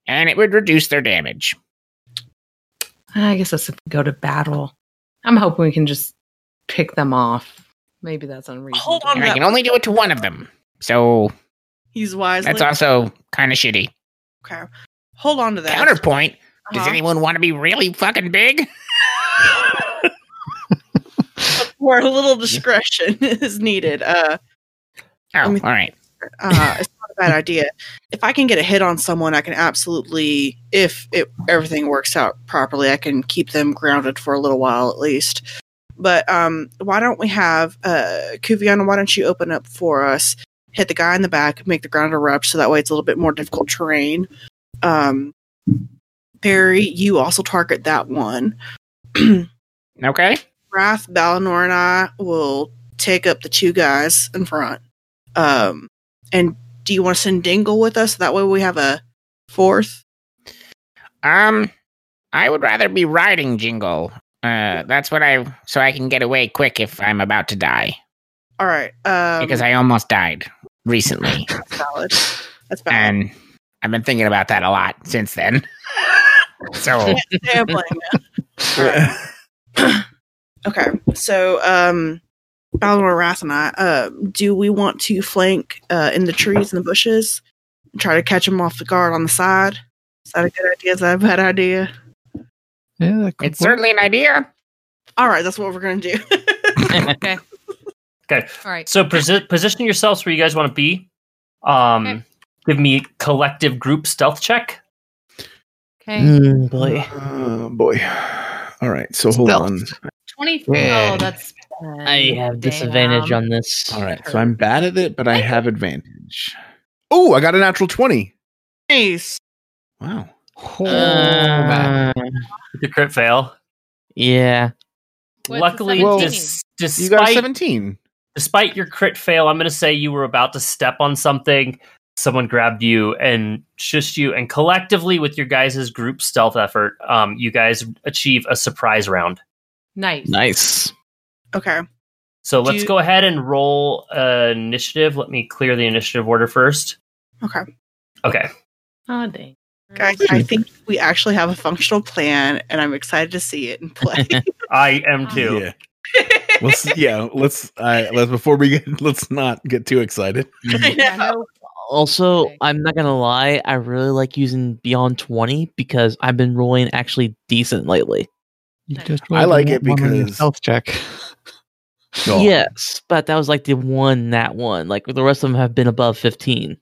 G: And it would reduce their damage.
E: I guess that's if we go to battle. I'm hoping we can just pick them off. Maybe that's unreasonable.
D: Hold on.
G: And I can only do it to one of them. So
D: He's wisely.
G: that's also kind of shitty.
D: Okay. Hold on to that.
G: Counterpoint Does
D: Uh-huh.
G: anyone want to be really fucking big?
D: Where a little discretion is needed. Uh,
G: Oh, all
D: me-
G: right.
D: uh, it's not a bad idea. If I can get a hit on someone, I can absolutely, if it, everything works out properly, I can keep them grounded for a little while at least. But um, why don't we have uh, Kuviana? Why don't you open up for us? Hit the guy in the back, make the ground erupt, so that way it's a little bit more difficult terrain. Um, Barry, you also target that one.
G: Okay.
D: Wrath, Balinor, and I will take up the two guys in front. Um, and do you want to send Dingle with us? That way we have a fourth.
G: Um, I would rather be riding Jingle. Uh, that's what I so I can get away quick if I'm about to die
D: All right. Um,
G: because I almost died recently,
D: that's valid. That's valid.
G: and I've been thinking about that a lot since then. so
D: Yeah, blame you. All right. okay. So, um, Balinor, Wrath, and I, uh, do we want to flank uh, in the trees and the bushes and try to catch them off the guard on the side? Is that a good idea? Is that a bad idea?
F: Yeah, that could
G: it's
F: work.
G: certainly an idea.
D: All right. That's what we're going to do.
E: okay.
A: Okay.
E: All right.
A: So posi- position yourselves where you guys want to be. Um,
E: Okay.
A: give me collective group stealth check.
E: Okay.
C: Mm, boy.
B: Oh boy. All right. So hold
F: Stealth.
B: on.
E: 24.
B: Yeah.
E: Oh, that's. bad.
C: I have disadvantage
E: Damn.
C: on this.
B: All right. So I'm bad at it, but I have advantage. Oh, I got a natural twenty.
D: nice.
B: Wow.
C: Uh,
A: With the crit fail.
C: yeah.
E: What's a
A: Luckily,
E: 17?
A: dis-
B: You got a
A: despite
B: seventeen.
A: despite your crit fail, I'm going to say you were about to step on something. Someone grabbed you and shushed you, and collectively with your guys' group stealth effort, um, you guys achieve a surprise round.
E: Nice.
C: Nice.
D: Okay.
A: So let's
D: Do-
A: go ahead and roll uh, initiative. Let me clear the initiative order first.
D: Okay.
A: Okay.
E: Oh, dang.
D: Guys, I
E: Hmm.
D: think we actually have a functional plan, and I'm excited to see it in play.
A: I am too.
B: Oh, Yeah. Let's yeah. Let's uh, let's before we get let's not get too excited.
E: Yeah, no-
C: Also,
E: Okay.
C: I'm not gonna lie. I really like using Beyond 20 because I've been rolling actually decent lately.
F: You just
B: I
F: rolled
B: like
F: a
B: it
F: one on your
B: because-
F: stealth check.
B: Oh.
C: Yes, but that was like the one that one. Like the rest of them have been above 15.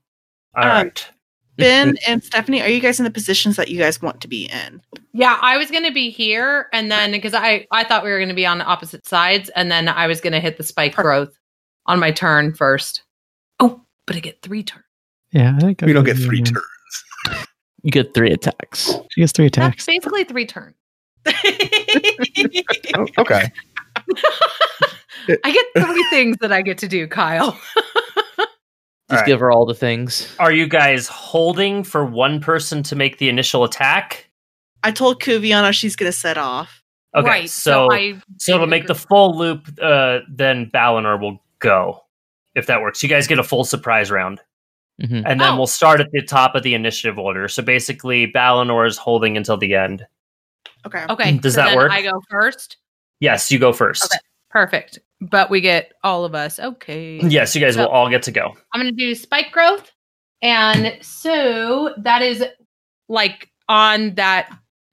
A: All right.
D: ben and Stephanie, are you guys in the positions that you guys want to be in?
E: yeah, I was going to be here, and then because I, I thought we were going to be on the opposite sides, and then I was going to hit the spike growth on my turn first. Oh, but I get three turns.
F: Yeah, I think I
B: We don't
F: could
B: get
F: do
B: three
F: one.
B: turns.
C: You get three attacks.
F: She gets three
E: That's
F: attacks.
E: basically three turns.
B: Oh, okay.
E: I get three things that I get to do, Kyle.
C: Just
A: Alright.
C: give her all the things.
A: Are you guys holding for one person to make the initial attack?
D: I told Kuviana she's gonna set off.
A: Okay,
E: right.
A: so so,
E: I
A: it'll make the full loop. Uh, then Balinor will go if that works. You guys get a full surprise round,
C: hmm
F: Mm-hmm.
A: and then
E: Oh.
A: we'll start at the top of the initiative order. So basically, Balinor is holding until the end.
D: Okay.
E: okay.
A: Does
E: so
A: that
E: then
A: work?
E: I go first.
A: Yes, you go first.
E: Okay. Perfect. But we get all of us. Okay.
A: Yes, you guys will
E: So-
A: all get to go.
E: I'm going to do spike growth. And so that is like on that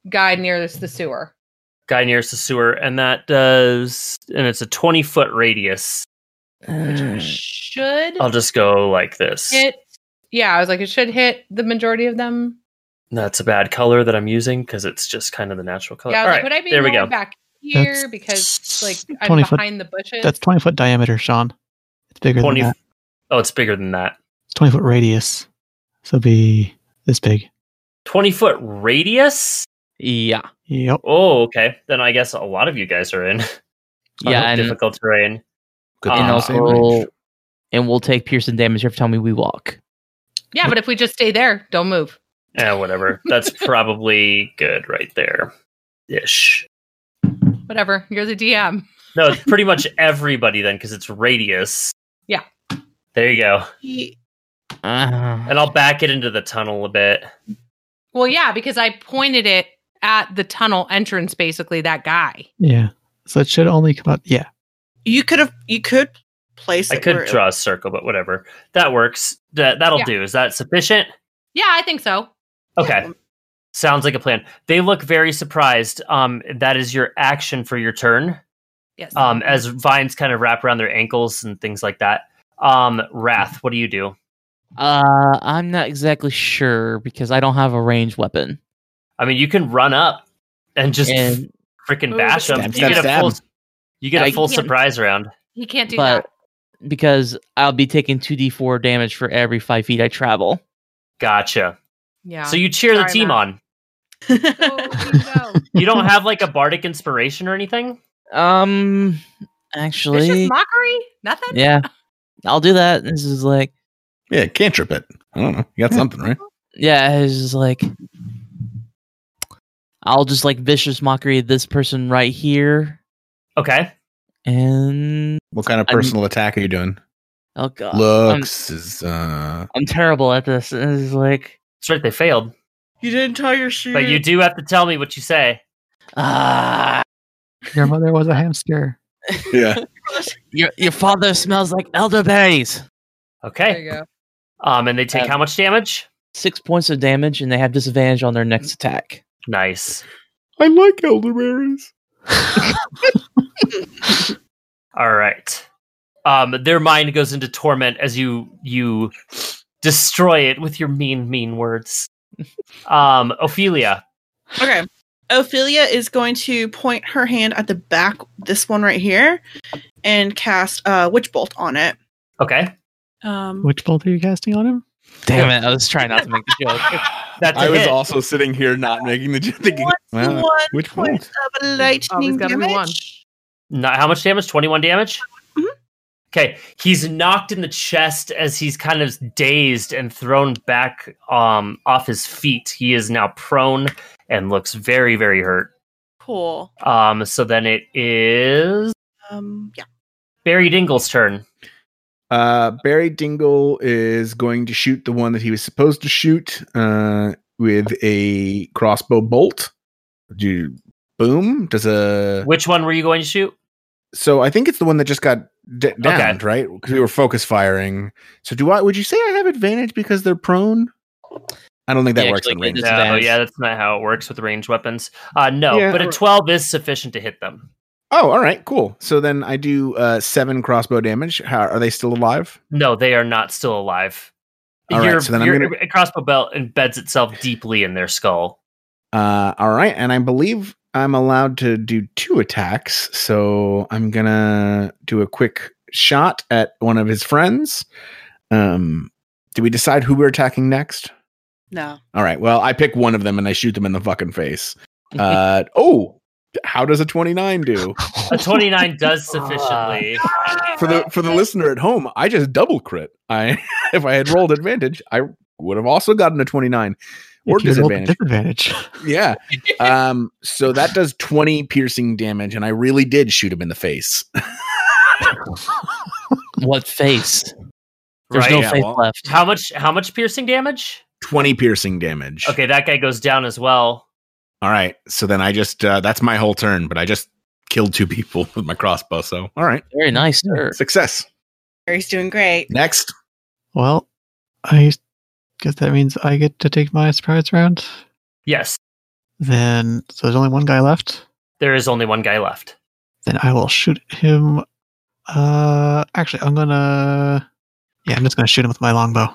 E: guy near this, the sewer.
A: Guy nearest the sewer, and that does, and it's a twenty foot radius.
E: Should
A: I'll just go like Mm. Oh, this.
E: hit. Yeah, I was like, it should hit the majority of them.
A: That's a bad color that I'm using because it's just kind of the natural color.
E: Yeah, I
A: All
E: was
A: right,
E: like, would I be
A: Oh, there we go.
E: more back here
F: That's
E: because like I'm
F: 20 foot-
E: behind the bushes?
F: That's 20 foot diameter, Sean. It's bigger
A: Twenty.
F: than that.
A: Oh, it's bigger than that.
F: It's 20 foot radius. So it'd be this big.
A: Twenty foot radius.
C: Yeah.
F: Yep.
A: Oh, okay. Then I guess a lot of you guys are in. on
C: Yeah, and-
A: difficult terrain.
B: Good
A: And
B: thing
C: and
B: I'm
A: also-
B: Ah, same range.
C: also, and we'll take piercing damage every time we walk.
E: yeah, but if we just stay there, don't move.
A: Yeah, whatever. That's probably good right there, ish.
E: Whatever. You're the DM.
A: No, it's pretty much everybody then because it's radius.
E: Yeah.
A: There you go.
D: He-
C: Uh,
A: And I'll back it into the tunnel a bit.
E: Well, yeah, because I pointed it at the tunnel entrance, basically that guy.
F: Yeah. So it should only come out. Yeah.
D: you could have you could place
A: I
D: it where
A: could
D: it-
A: draw a circle, but whatever. That works. That that'll
E: Yeah.
A: do. Is that sufficient?
E: Yeah, I think so.
A: Okay. Sounds like a plan. They look very surprised. Um, that is your action for your turn.
E: Yes.
A: Um, as vines kind of wrap around their ankles and things like that. Um, Wrath, what do you do?
C: uh, I'm not exactly sure because I don't have a ranged weapon.
A: I mean, you can run up and just
C: And
A: freaking bash them.
E: Stab,
A: You
B: stab,
A: get a
B: stab.
A: full. You get a
C: I
A: full
E: can't.
A: surprise round.
E: he can't do
C: but
E: that.
C: because I'll be taking two d4 damage for every five feet I travel.
A: Gotcha.
E: Yeah.
A: So you cheer the
E: Sorry,
A: team
E: Matt.
A: on.
E: Go, team, go.
A: You don't have like a bardic inspiration or anything.
C: Um, actually,
E: It's just mockery. Nothing.
C: yeah, I'll do that. This is like,
B: Yeah, cantrip it. I don't know. You got something, right?
C: yeah, it's just like, I'll just like vicious mockery this person right here,
A: Okay.
C: and
B: What kind of
C: I'm-
B: personal attack are you doing?
C: oh
A: Uh,
C: god,
B: Looks is uh
C: I'm terrible at this. It's like,
A: That's right. They failed,
D: You didn't tie your shoe.
A: but you
E: Mm.
A: do have to tell me what you say.
C: ah,
F: Your mother was a hamster.
B: yeah.
C: your your father smells like elderberries.
A: Okay.
E: There you go.
A: Um, and they take
C: Um,
A: how much damage?
C: Six points of damage, and they have disadvantage on their next attack.
A: Nice.
B: I like elderberries.
A: All right. Um, their mind goes into torment as you you destroy it with your mean mean words. Um, Ophelia.
D: Okay. Ophelia is going to point her hand at the back, this one right here, and cast uh, Witch Bolt on it.
A: Okay,
D: Um,
F: Which bolt are you casting on him?
C: Damn it! I was trying not to make the joke.
A: that's a
B: I was
A: hit.
B: also sitting here not making the thinking.
D: one
B: Well, which
D: point
B: point?
D: of lightning
E: Always Oh, gotta be one.
D: damage.
A: Not, how much damage? Twenty one damage.
D: Mhm.
A: Okay, he's knocked in the chest as he's kind of dazed and thrown back um, off his feet. He is now prone and looks very very hurt.
D: Cool.
A: Um, so then it is
D: Um, yeah.
A: Barry Dingle's turn.
B: Uh, Barry Dingle is going to shoot the one that he was supposed to shoot uh, with a crossbow bolt. Do you- boom? Does a
A: Which one were you going to shoot?
B: so? I think it's the one that just got d- downed, right? Because we were focus firing. So do I? Would you say I have advantage because they're prone? I don't think that
C: Yeah,
B: works.
C: actually,
B: in
C: it
B: range.
C: is-
A: No,
C: disadvantage.
A: yeah, that's not how it works with ranged weapons. Uh, no,
B: Yeah.
A: but a 12 is sufficient to hit them.
B: Oh, all right, cool. So then I do uh, seven crossbow damage. How, are they still alive?
A: No, they are not still alive.
B: All right,
A: your
B: so then I'm
A: your
B: gonna-
A: crossbow belt embeds itself deeply in their skull.
B: Uh, all right, and I believe I'm allowed to do two attacks, so I'm gonna do a quick shot at one of his friends. Um, Do we decide who we're attacking next?
D: No.
B: All right. Well, I pick one of them and I shoot them in the fucking face. Uh, oh, how does a 29 do?
A: A 29 does sufficiently.
B: For the for the listener at home, I just double crit. I if I had rolled advantage, I would have also gotten a 29 or
F: If you rolled a
B: disadvantage.
F: disadvantage.
B: Yeah. Um so that does 20 piercing damage and I really did shoot him in the face.
C: What face? There's
A: right?
C: no
B: yeah,
C: face
B: well-
C: left.
A: How much how much piercing damage?
B: 20 piercing damage.
A: Okay, that guy goes down as well.
B: All right. So then I just uh, that's my whole turn, but I just killed two people with my crossbow. So, all right.
C: Very nice, sir.
B: Success.
D: Harry's doing great.
B: Next.
F: Well, I guess that means I get to take my surprise round.
A: Yes.
F: Then, so there's only one guy left.
A: There is only one guy left.
F: Then I will shoot him. Uh, actually, I'm gonna. Yeah, I'm just gonna shoot him with my longbow.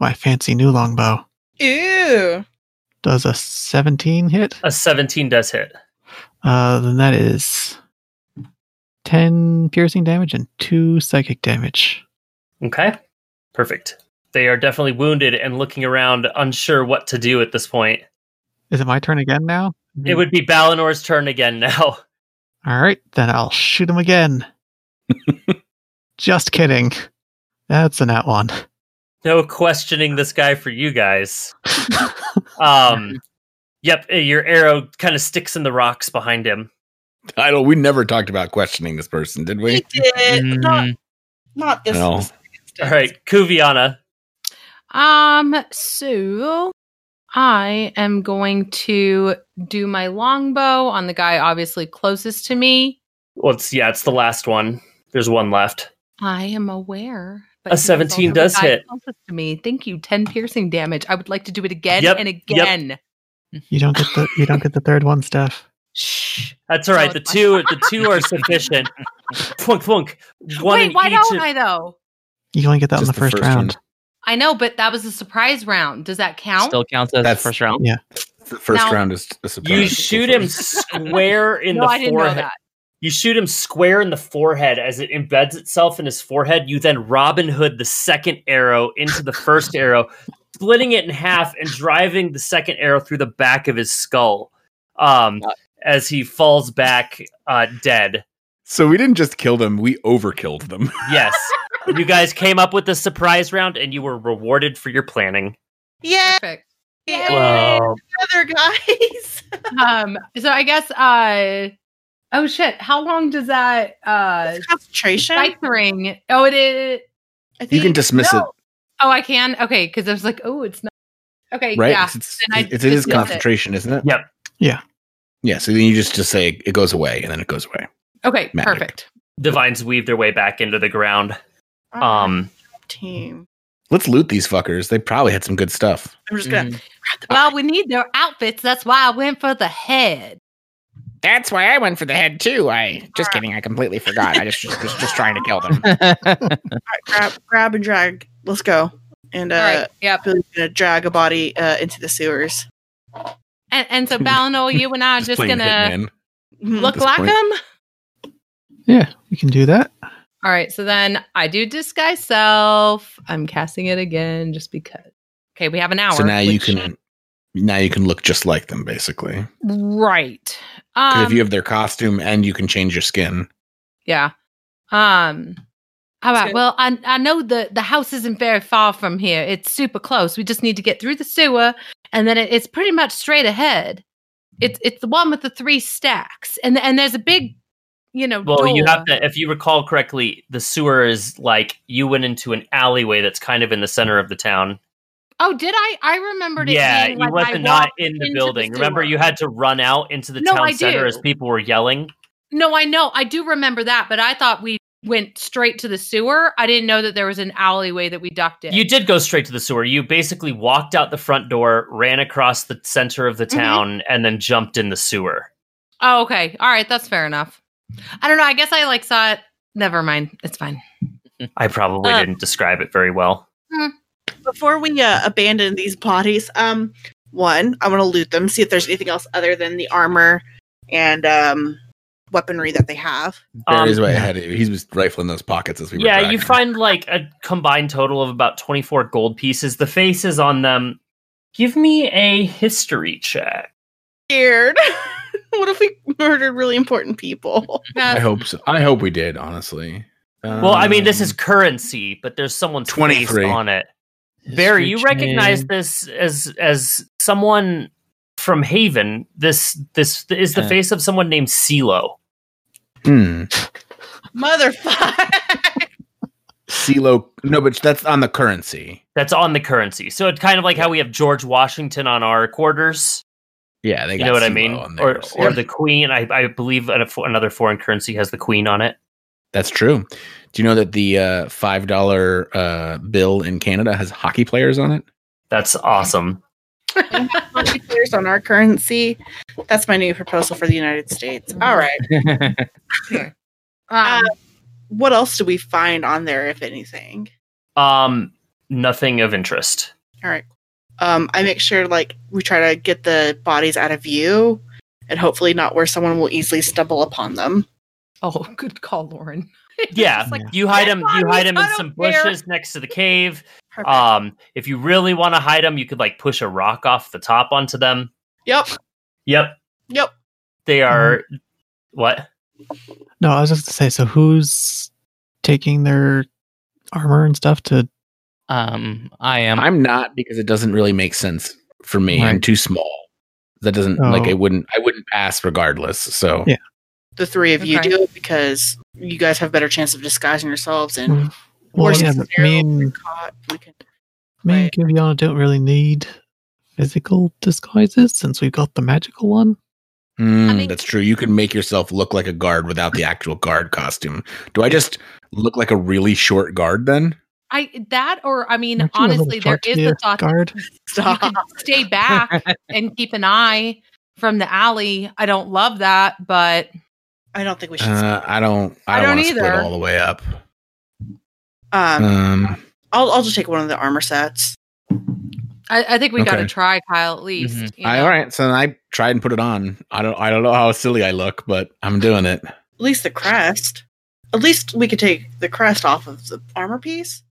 F: My fancy new longbow
D: Ew.
F: does a 17 hit.
A: A 17 does hit.
F: Uh, then that is 10 piercing damage and two psychic damage.
A: Okay. Perfect. They are definitely wounded and looking around unsure what to do at this point.
F: Is it my turn again now?
A: It would be Balinor's turn again now.
F: All right, then I'll shoot him again. Just kidding. That's a nat one.
A: No questioning this guy for you guys. Um Yep, your arrow kind of sticks in the rocks behind him.
B: I don't we never talked about questioning this person, did
D: He
B: we?
D: did. Not,
C: Mm,
D: not this.
B: No.
A: All right, Kuviana.
E: Um, so I am going to do my longbow on the guy obviously closest to me.
A: Well, it's, yeah, it's the last one. There's one left.
E: I am aware. but
A: A
E: he is
A: 17
E: also the
A: does
E: guy
A: hit.
E: closest To me, thank you. Ten piercing damage. I would like to do it again
A: Yep,
E: and
A: yep.
E: again.
F: You don't get the you don't get the third one, Steph.
E: Shh.
A: That's all right.
E: No,
A: The
E: it's
A: two, the two are sufficient. plunk, plunk. One in
E: Wait, why
A: each
E: don't
A: of-
E: I though?
F: You only get that on the
B: Just the
F: first,
B: first one.
F: round.
E: I know, but that was a surprise round. Does that count?
C: Still counts as
B: That's-
C: the first round.
F: Yeah.
B: The first
E: Now-
B: round is a
A: You
B: surprise.
A: shoot him square in
E: no,
A: the
E: I didn't know
A: forehead.
E: that.
A: You shoot him square in the forehead as it embeds itself in his forehead. You then Robin Hood the second arrow into the first arrow, splitting it in half and driving the second arrow through the back of his skull. Um, as he falls back uh, dead.
B: So we didn't just kill them, we overkilled them.
A: Yes. You guys came up with the surprise round and you were rewarded for your planning.
D: Yeah.
E: Perfect.
D: yeah.
A: Well,
D: Other guys.
E: Um, so I guess uh oh shit, how long does that uh
D: Concentration.
E: strike ring? Oh it is
D: I
B: You can
D: think.
B: dismiss
E: No. Oh I can? Okay, because I was like, oh it's not Okay,
B: it, right?
E: yeah.
B: It's, it's,
E: then I
B: it's- it
E: dismiss
B: is
E: it.
B: concentration, is isn't it?
A: Yeah.
B: Yeah. So then you just just say it goes away, and then it goes away.
E: Okay,
B: Magic.
E: perfect.
A: divines weave their way back into the ground. Um,
D: team.
B: Let's loot these fuckers. They probably had some good stuff.
D: I'm just gonna.
C: Mm.
E: Well, we need their outfits, that's why I went for the head.
G: That's why I went for the head too. I
D: Ah.
G: just kidding. I completely forgot. I just was just trying to kill them.
C: Mm.
D: grab, grab and drag. Let's go. And uh,
E: All right, yep.
D: Billy's gonna drag a body uh, into the sewers.
E: And, and so Balinor, you and I are just,
B: playing
E: gonna
B: Hitman.
D: Mhm.
E: look
B: this
E: like
B: point.
E: them.
F: Yeah, we can do that.
E: All right, so then I do disguise self. I'm casting it again just because. Okay, we have an hour.
B: So now you
E: which-
B: can now you can look just like them basically.
E: right.
B: 'Cause
E: Um,
B: if you have their costume and you can change your skin.
E: yeah. Um. All
D: That's
E: right.
D: good.
E: Well, I I know the the house isn't very far from here. It's super close. We just need to get through the sewer, and then it, it's pretty much straight ahead. It's it's the one with the three stacks, and and there's a big, you know.
A: well, you
E: door.
A: have to, if you recall correctly, the sewer is like you went into an alleyway that's kind of in the center of the town.
E: Oh, did I? I remembered. It
A: Yeah,
E: being
A: you
E: like I
A: wasn't not
E: walked
A: in the
E: into
A: building. Remember,
E: sewer.
A: you had to run out into the
E: No,
A: town
E: I
A: center
E: do.
A: as people were yelling.
E: No, I know. I do remember that, but I thought we went straight to the sewer. I didn't know that there was an alleyway that we ducked in.
A: You did go straight to the sewer. You basically walked out the front door, ran across the center of the
E: Mm-hmm.
A: town, and then jumped in the sewer.
E: Oh, okay. All right, that's fair enough. I don't know. I guess I like saw it. Never mind. It's fine.
A: I probably
E: Uh.
A: didn't describe it very well.
D: Before we uh, abandon these bodies, um, one, I'm gonna loot them, see if there's anything else other than the armor and um, weaponry that they have.
B: Barry's
A: Um,
B: way ahead of you. He was rifling those pockets as we were.
A: yeah, you
B: tracking.
A: find like a combined total of about 24 gold pieces. The faces on them. Give me a history check.
D: Scared. what if we murdered really important people?
B: I
E: Uh,
B: hope so. I hope we did, honestly.
A: Well, I mean, this is
B: Um,
A: currency, but there's someone's face
B: 23.
A: on it. Barry, you
C: History
A: recognize
C: check.
A: this as as someone from Haven. This this is the
C: Uh.
A: face of someone named Silo.
B: hmm.
D: Motherfucker.
B: CeeLo. No, but that's on the currency.
A: That's on the currency. So it's kind of like how we have George Washington on our quarters.
B: Yeah, they
A: You know what I mean? Or or
B: the-
A: the queen. I, I believe an- another foreign currency has the queen on it.
B: that's true. Do you know that the uh, five dollar uh, bill in Canada has hockey players on it?
A: That's awesome.
D: There's on our currency. That's my new proposal for the United States. All right.
E: um,
D: What else do we find on there, if anything?
A: Um, nothing of interest.
D: All right. Um, I make sure like we try to get the bodies out of view, and hopefully not where someone will easily stumble upon them.
E: oh, good call, Lauren.
A: Yeah,
E: It's like,
A: you hide
E: "Dead
A: them. You hide
E: bodies,
A: them in
E: I
A: some
E: don't care."
A: bushes next to the cave.
D: Perfect.
A: Um, if you really want to hide them, you could like push a rock off the top onto them.
D: yep.
A: Yep,
D: Yep.
A: they are. What?
F: No, I was just to say. So who's taking their armor and stuff to?
C: Um, I am.
B: I'm not because it doesn't really make sense for me. I'm
C: Right.
B: too small. That doesn't
F: Oh.
B: like I wouldn't I wouldn't pass regardless. So
F: Yeah.
D: The three of you
E: Okay.
D: do it because you guys have better chance of disguising yourselves and
F: Well, Well,
D: worst
F: yeah, but me
D: scenario, if we're
F: and
D: caught, we can
F: me and
D: right.
F: Giviana don't really need physical disguises since we've got the magical one.
B: Mm,
E: I mean-
B: that's true. You can make yourself look like a guard without the actual guard costume. Do I just look like a really short guard then?
E: I that or I mean,
F: Aren't you a little
E: honestly, there is the
F: tortilla
E: thought
F: guard.
E: you
D: stop.
E: can stay back and keep an eye from the alley. I don't love that, but
D: I don't think we should.
B: Uh, I don't. I,
D: I
B: don't,
D: don't
B: want to split
D: either.
B: all the way up.
D: um,
B: Um,
D: I'll I'll just take one of the armor sets.
E: I, I think we got to
B: Okay.
E: try Kyle at least.
C: Mhm.
E: you
B: I,
E: know?
B: all right. So then I tried and put it on. I don't. I don't know how silly I look, but I'm doing it.
D: At least the crest. At least we could take the crest off of the armor piece.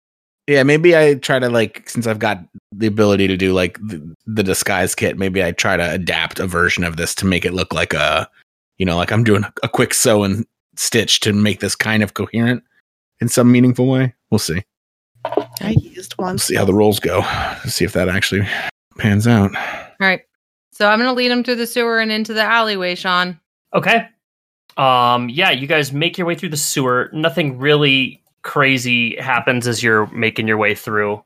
B: Yeah, maybe I try to like since I've got the ability to do like the, the disguise kit. Maybe I try to adapt a version of this to make it look like a, you know, like I'm doing a quick sew and stitch to make this kind of coherent in some meaningful way. We'll see.
D: I used one.
B: We'll see how the rolls go. See if that actually pans out.
E: All right. So I'm going to lead him through the sewer and into the alleyway, Sean.
A: Okay. Um, yeah, you guys make your way through the sewer. Nothing really crazy happens as you're making your way through.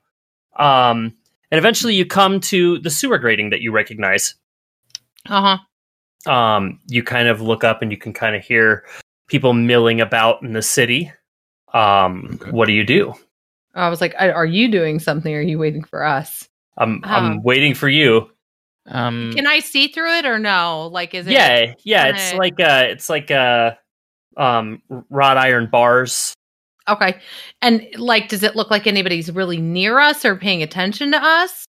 A: Um, and eventually you come to the sewer grating that you recognize.
E: Uh huh.
A: um, you kind of look up and you can kind of hear people milling about in the city. Um,
B: Okay.
A: What do you do?
E: I was like, I, are you doing something? Or are you waiting for us?
A: I'm
E: Uh.
A: I'm waiting for you.
C: Um,
E: Mm. Can I see through it or no? Like, is it?
A: yeah, yeah. It's
E: Okay.
A: like uh, it's like uh, um, wrought iron bars.
E: Okay. And like, does it look like anybody's really near us or paying attention to us?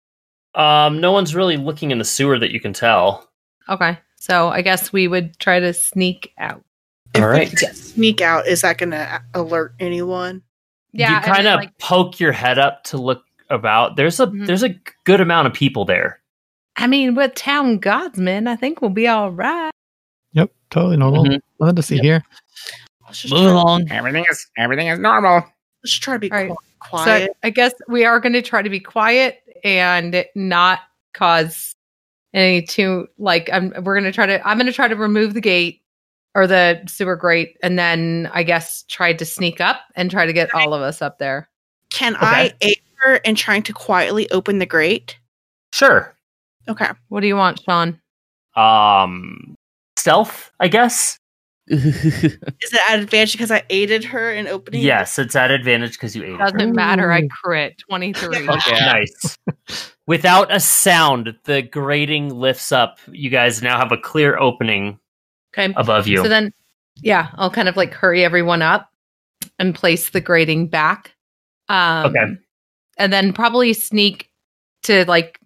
A: Um, no one's really looking in the sewer that you can tell.
E: Okay. So I guess we would try to sneak out.
D: If
A: All right.
D: we just sneak out, is that going to alert anyone?
E: Yeah.
A: you
E: and
A: kind
E: then,
A: of
E: like,
A: poke your head up to look about. There's a
E: Mhm.
A: there's a good amount of people there.
E: I mean, we're town guardsmen. I think we'll be all right.
F: Yep, totally normal.
C: Mhm.
F: Nothing to see
C: Yep.
F: here.
D: Let's just
C: move
D: try,
C: along.
G: Everything is everything is normal.
D: Let's just try to be
E: All right.
D: qui-
E: So
D: quiet.
E: I, I guess we are going to try to be quiet and not cause any too like I'm we're going to try to I'm going to try to remove the gate or the sewer grate and then I guess try to sneak up and try to get all of us up there.
D: Can I aid her in trying to quietly open the grate?
A: Sure.
D: Okay.
E: What do you want, Sean?
A: Um, stealth, I guess.
D: Is it at advantage because I aided her in opening? it?
A: Yes, it's at advantage because you ate. her.
E: Doesn't matter. I
F: Ooh.
E: crit 23.
C: Fuck yeah.
A: Nice. Without a sound, the grating lifts up. You guys now have a clear opening
E: Okay.
A: above you.
E: So then yeah, I'll kind of like hurry everyone up and place the grating back. Um
A: Okay.
E: and then probably sneak to like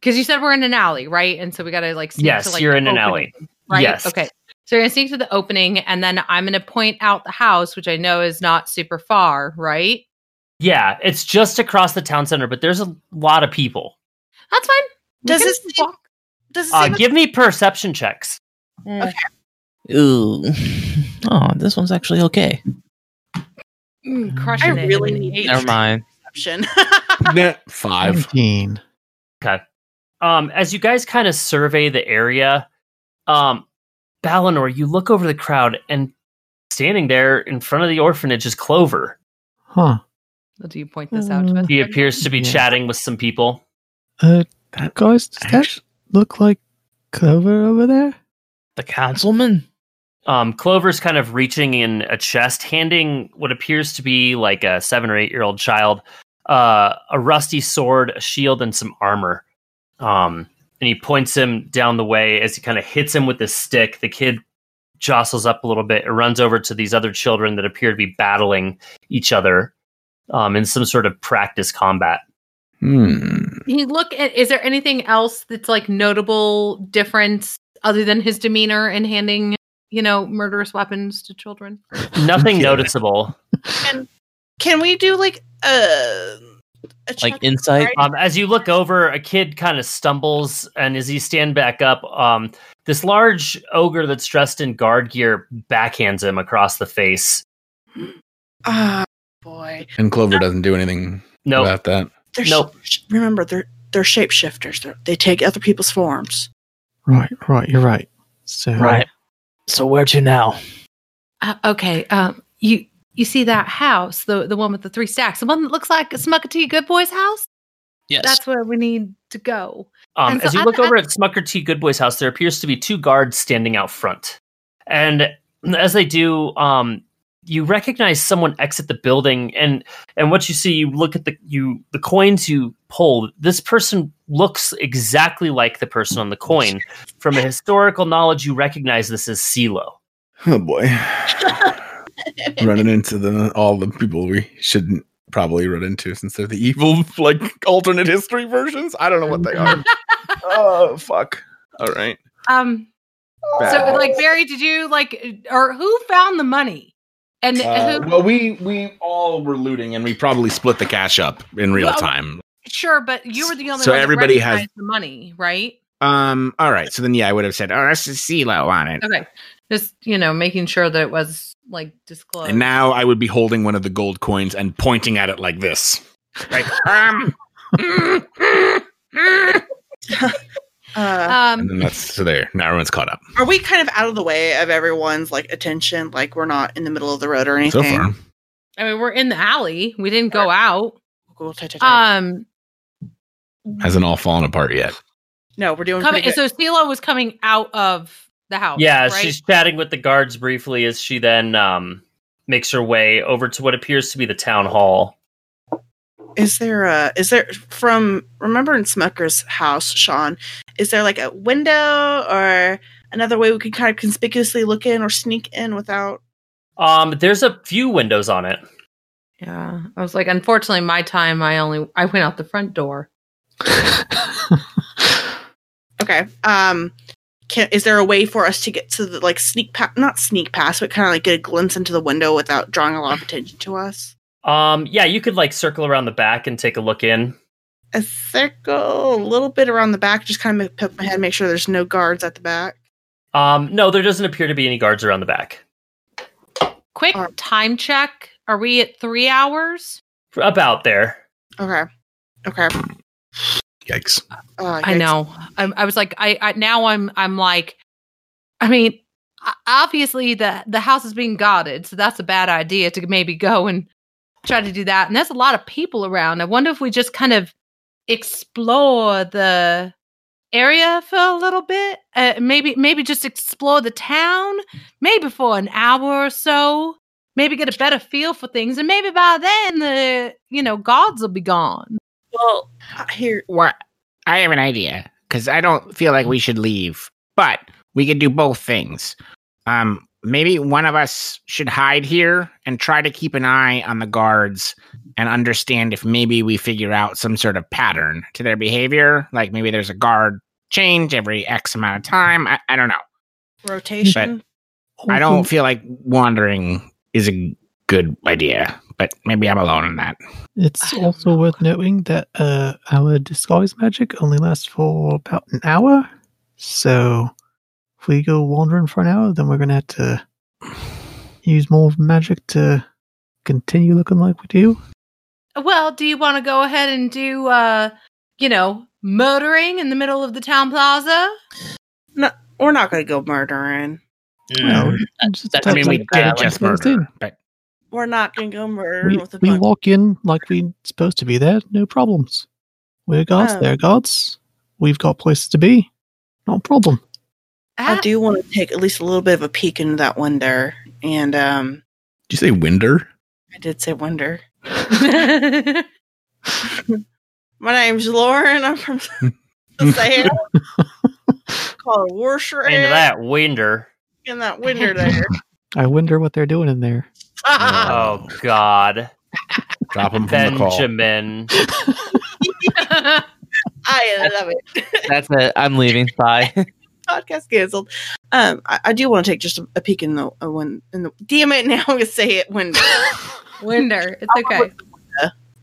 E: because you said we're in an alley, right? And so we gotta like sneak
A: Yes,
E: to, like,
A: you're
E: the
A: in an
E: opening,
A: alley.
E: right?
A: Yes.
E: Okay. So you're gonna sneak to the opening, and then I'm gonna point out the house, which I know is not super far, right?
A: Yeah, it's just across the town center, but there's a lot of people.
E: That's fine. We
D: Does
E: can
D: this
E: just
D: seem-
E: walk.
D: Does it
A: Uh,
D: seem
A: give me perception checks.
C: Ooh. Oh, this one's actually okay.
E: Mm,
F: I
E: crushing it.
D: really
E: An
D: need
E: eight.
C: Never mind.
D: exception?
B: Nah, Five.
F: 17.
A: Um, as you guys kind of survey the area, um, Balinor, you look over the crowd, and standing there in front of the orphanage is Clover.
F: Huh.
E: Do you point this out? To us?
A: He appears to be
F: Yeah.
A: chatting with some people.
F: Uh, guys, does that look like Clover over there?
C: The councilman?
A: Um, Clover's kind of reaching in a chest, handing what appears to be like a seven or eight year old child uh, a rusty sword, a shield, and some armor. Um, and he points him down the way as he kind of hits him with his stick. The kid jostles up a little bit and runs over to these other children that appear to be battling each other um, in some sort of practice combat.
B: Hmm.
E: He look at. Is there anything else that's like notable difference other than his demeanor in handing you know murderous weapons to children?
A: Nothing
B: Yeah.
A: noticeable.
D: Can we do like a, a
C: Like
D: check?
C: insight?
A: Um, as you look over, a kid kind of stumbles, and as he stand back up, um, this large ogre that's dressed in guard gear backhands him across the face.
D: Ah, boy.
B: And Clover doesn't do anything
A: No,
B: about that.
D: They're
A: Nope.
D: sh- remember, they're they're shapeshifters. They're, they take other people's forms.
F: Right, right, you're right. So,
C: Right. So where to now?
E: Uh, okay. Um. You you see that house, the the one with the three stacks, the one that looks like T Good Boy's house.
C: Yes.
E: That's where we need to go.
A: um,
E: and so
A: as you
E: I'm-
A: look over
E: I'm-
A: at Smucker T. Goodboy's house, there appears to be two guards standing out front, and as they do, um, you recognize someone exit the building, and and what you see, you look at the you the coins you pull. This person looks exactly like the person on the coin. From a historical knowledge, you recognize this as CeeLo.
B: Oh boy. Running into the all the people we shouldn't probably run into since they're the evil like alternate history versions. I don't know what they are. oh fuck. All right.
E: Um. So,
B: Bad.
E: like, Barry, did you like, or who found the money? And
B: Uh,
E: who?
B: well, we we all were looting, and we probably split the cash up in real
E: Well-
B: time.
E: Sure, but you were the only
B: so
E: one. that
B: everybody has-
E: recognized the money, right?
B: Um. All right. So then, yeah, I would have said, "Oh, that's just CeeLo on it."
E: Okay, just you know, making sure that it was like disclosed.
B: And now I would be holding one of the gold coins and pointing at it like this.
G: Like, um, mm, mm, mm.
D: Uh,
B: And
E: um,
B: then that's so there. Now everyone's caught up.
D: are we kind of out of the way of everyone's like attention? Like we're not in the middle of the road or
B: So
D: anything.
B: far.
E: I mean, we're in the alley. We didn't go out.
D: Cool, tight, tight, tight.
E: Um,
B: Hasn't all fallen apart yet.
D: no, we're doing
E: coming.
D: pretty good.
E: So Stila was coming out of the house.
A: Yeah,
E: Oh, right?
A: she's chatting with the guards briefly as she then um, makes her way over to what appears to be the town hall.
D: Is there a is there from remember in Smucker's house, Sean? Is there like a window or another way we could kind of conspicuously look in or sneak in without?
A: Um, there's a few windows on it.
E: Yeah, I was like, unfortunately, my time. I only I went out the front door.
D: Okay. Um. Can, is there a way for us to get to the like sneak past, not sneak past, but kind of like get a glimpse into the window without drawing a lot of attention to us?
A: Um, yeah, you could like circle around the back and take a look in.
D: A circle, a little bit around the back, just kind of poke my head, make sure there's no guards at the back.
A: Um, no, there doesn't appear to be any guards around the back.
E: Quick
D: Alright.
E: time check. Are we at three hours?
A: About there.
D: Okay. Okay.
B: Yikes.
D: Uh,
E: I
D: yikes.
E: know. I'm, I was like, I, I now I'm I'm like, I mean, o- obviously the the house is being guarded, so that's a bad idea to maybe go and try to do that. And there's a lot of people around. I wonder if we just kind of explore the area for a little bit. Uh, maybe maybe just explore the town, maybe for an hour or so. Maybe get a better feel for things, and maybe by then the you know gods will be gone.
D: Well, uh, here,
G: what? I have an idea because I don't feel like we should leave, but we could do both things. Um, maybe one of us should hide here and try to keep an eye on the guards and understand if maybe we figure out some sort of pattern to their behavior. Like maybe there's a guard change every X amount of time. I, I don't know.
D: rotation.
G: I don't
F: Mm-hmm.
G: feel like wandering is a good idea, but maybe I'm alone in that.
F: It's also worth noting that uh, our disguise magic only lasts for about an hour. So if we go wandering for an hour, then we're going to have to use more magic to continue looking like we do.
E: Well, do you want to go ahead and do, uh, you know, murdering in the middle of the town plaza?
D: We're not going to go murdering.
C: Mm.
F: Well, just
C: that's-
G: I
F: have,
G: mean, we
F: like,
G: did
C: uh,
G: just
F: like
G: murder,
F: 17.
G: but
D: We're not going to go murdering
F: we,
D: with a
F: we
D: bunch.
F: walk in like we're supposed to be there, no problems. We're guards,
D: Oh.
F: they're guards. We've got places to be, not a problem.
E: Ah.
D: I do want to take at least a little bit of a peek into that window. And um,
B: you say winder?
D: I did say wonder.
E: Ah.
D: My name's Lauren. I'm from Sayre. Call it War Shrek.
A: Into that winder.
D: In that window there.
F: I wonder what they're doing in there.
A: Oh God,
B: Drop him from the call.
A: Benjamin.
D: I love it.
C: That's it. I'm leaving. Bye.
D: Podcast canceled. Um, I, I do want to take just a, a peek in the uh, one in the. Damn it! Now I'm gonna say it window
E: Winder. It's okay.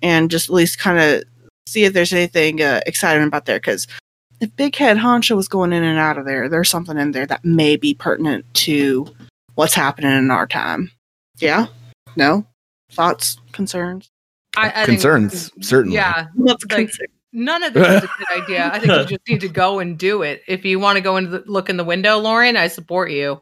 D: and just at least kind of see if there's anything uh, exciting about there because if Big Head Honcho was going in and out of there, there's something in there that may be pertinent to what's happening in our time. Yeah. No thoughts, concerns.
E: I, I
B: Concerns,
E: think,
B: certainly.
E: Yeah.
D: What's
E: Like- None of this is a good idea. I think you just need to go and do it. If you want to go and look in the window, Lauren, I support you.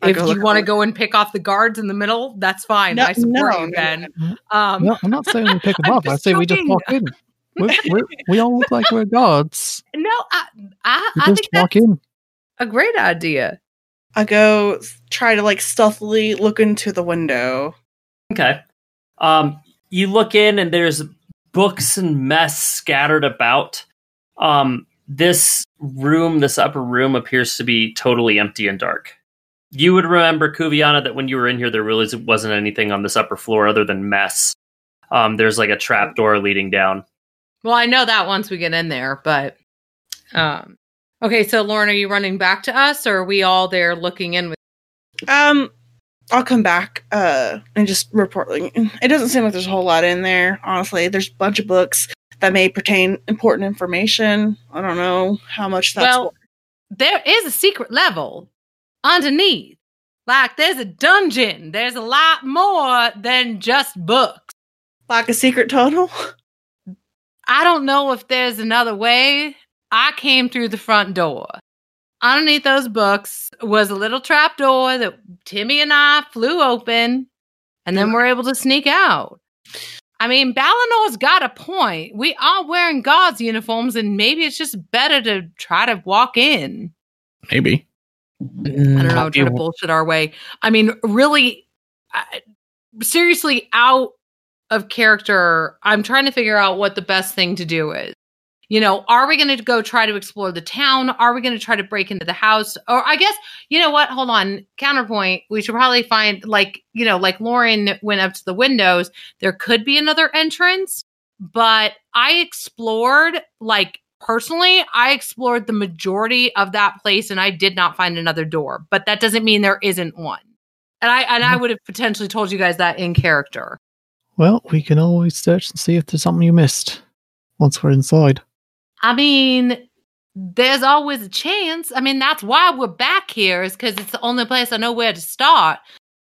D: I'll
E: if
D: go look
E: you
D: in
E: want to
D: the-
E: go and pick off the guards in the middle, that's fine.
D: No,
E: I support
D: no,
E: you,
D: no,
E: Ben.
F: no.
E: Um,
F: No, I'm not saying we pick them
E: I'm
F: up. I
E: just
F: say we just
E: joking.
F: walk in. We're, we're, we all look like we're guards.
E: No, I, I,
F: We
E: I
F: just
E: think that's
F: walk in.
E: a great idea.
D: I go s- try to like stealthily look into the window.
A: Okay. Um, you look in and there's books and mess scattered about. Um, this room, this upper room, appears to be totally empty and dark. You would remember, Kuviana, that when you were in here, there really wasn't anything on this upper floor other than mess. Um, there's like a trap door leading down.
E: Well, I know that once we get in there, but um, okay. So, Lauren, are you running back to us, or are we all there looking in with?
D: Um, I'll come back uh and just report. Like, it doesn't seem like there's a whole lot in there. Honestly, there's a bunch of books that may pertain important information. I don't know how much that's.
E: well, there is a secret level underneath. Like, there's a dungeon. There's a lot more than just books.
D: like a secret tunnel.
E: I don't know if there's another way. I came through the front door. Underneath those books was a little trap door that Timmy and I flew open, and then we're able to sneak out. I mean, Balinor's got a point. We are wearing God's uniforms, and maybe it's just better to try to walk in.
B: Maybe.
E: I
C: Mm,
E: don't know, try to bullshit our way. I mean, really, I, seriously, out of character, I'm trying to figure out what the best thing to do is. You know, are we going to go try to explore the town? Are we going to try to break into the house? Or I guess, you know what? Hold on. Counterpoint. We should probably find, like, you know, like Lauren went up to the windows. There could be another entrance, but I explored, like, personally, I explored the majority of that place and I did not find another door, but that doesn't mean there isn't one. And I and I would have potentially told you guys that in character.
F: Well, we can always search and see if there's something you missed once we're inside.
E: I mean, there's always a chance. I mean, that's why we're back here is because it's the only place I know where to start.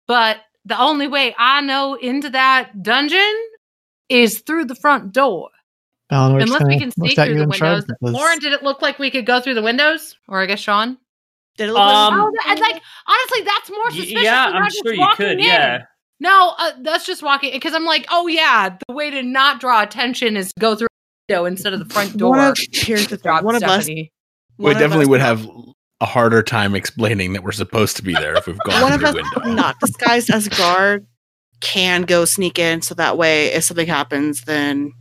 E: But the only way I know into that dungeon is through the front door.
F: Balnor just
E: Unless we
F: kinda
E: can
F: looks
E: sneak
F: at
E: through
F: you
E: the
F: and shrugs
E: windows.
F: and says,
E: Lauren, did it look like we could go through the windows? Or I guess Sean?
D: Did it
A: Um,
E: oh, that, like honestly, that's more
A: Y-
E: suspicious.
A: yeah,
E: than
A: I'm
E: not just
A: sure you
E: walking
A: could.
E: in.
A: Yeah.
E: No, uh, that's just walking because I'm like, oh yeah, the way to not draw attention is to go through the window instead of the front door.
D: One of, here's the thing.
E: Drop
D: One of us.
E: Stephanie.
B: We
D: one of
B: definitely
D: us-
B: would have a harder time explaining that we're supposed to be there if we've gone
D: One
B: through
D: of
B: the
D: us
B: window.
D: not disguised as a guard can go sneak in, so that way, if something happens, then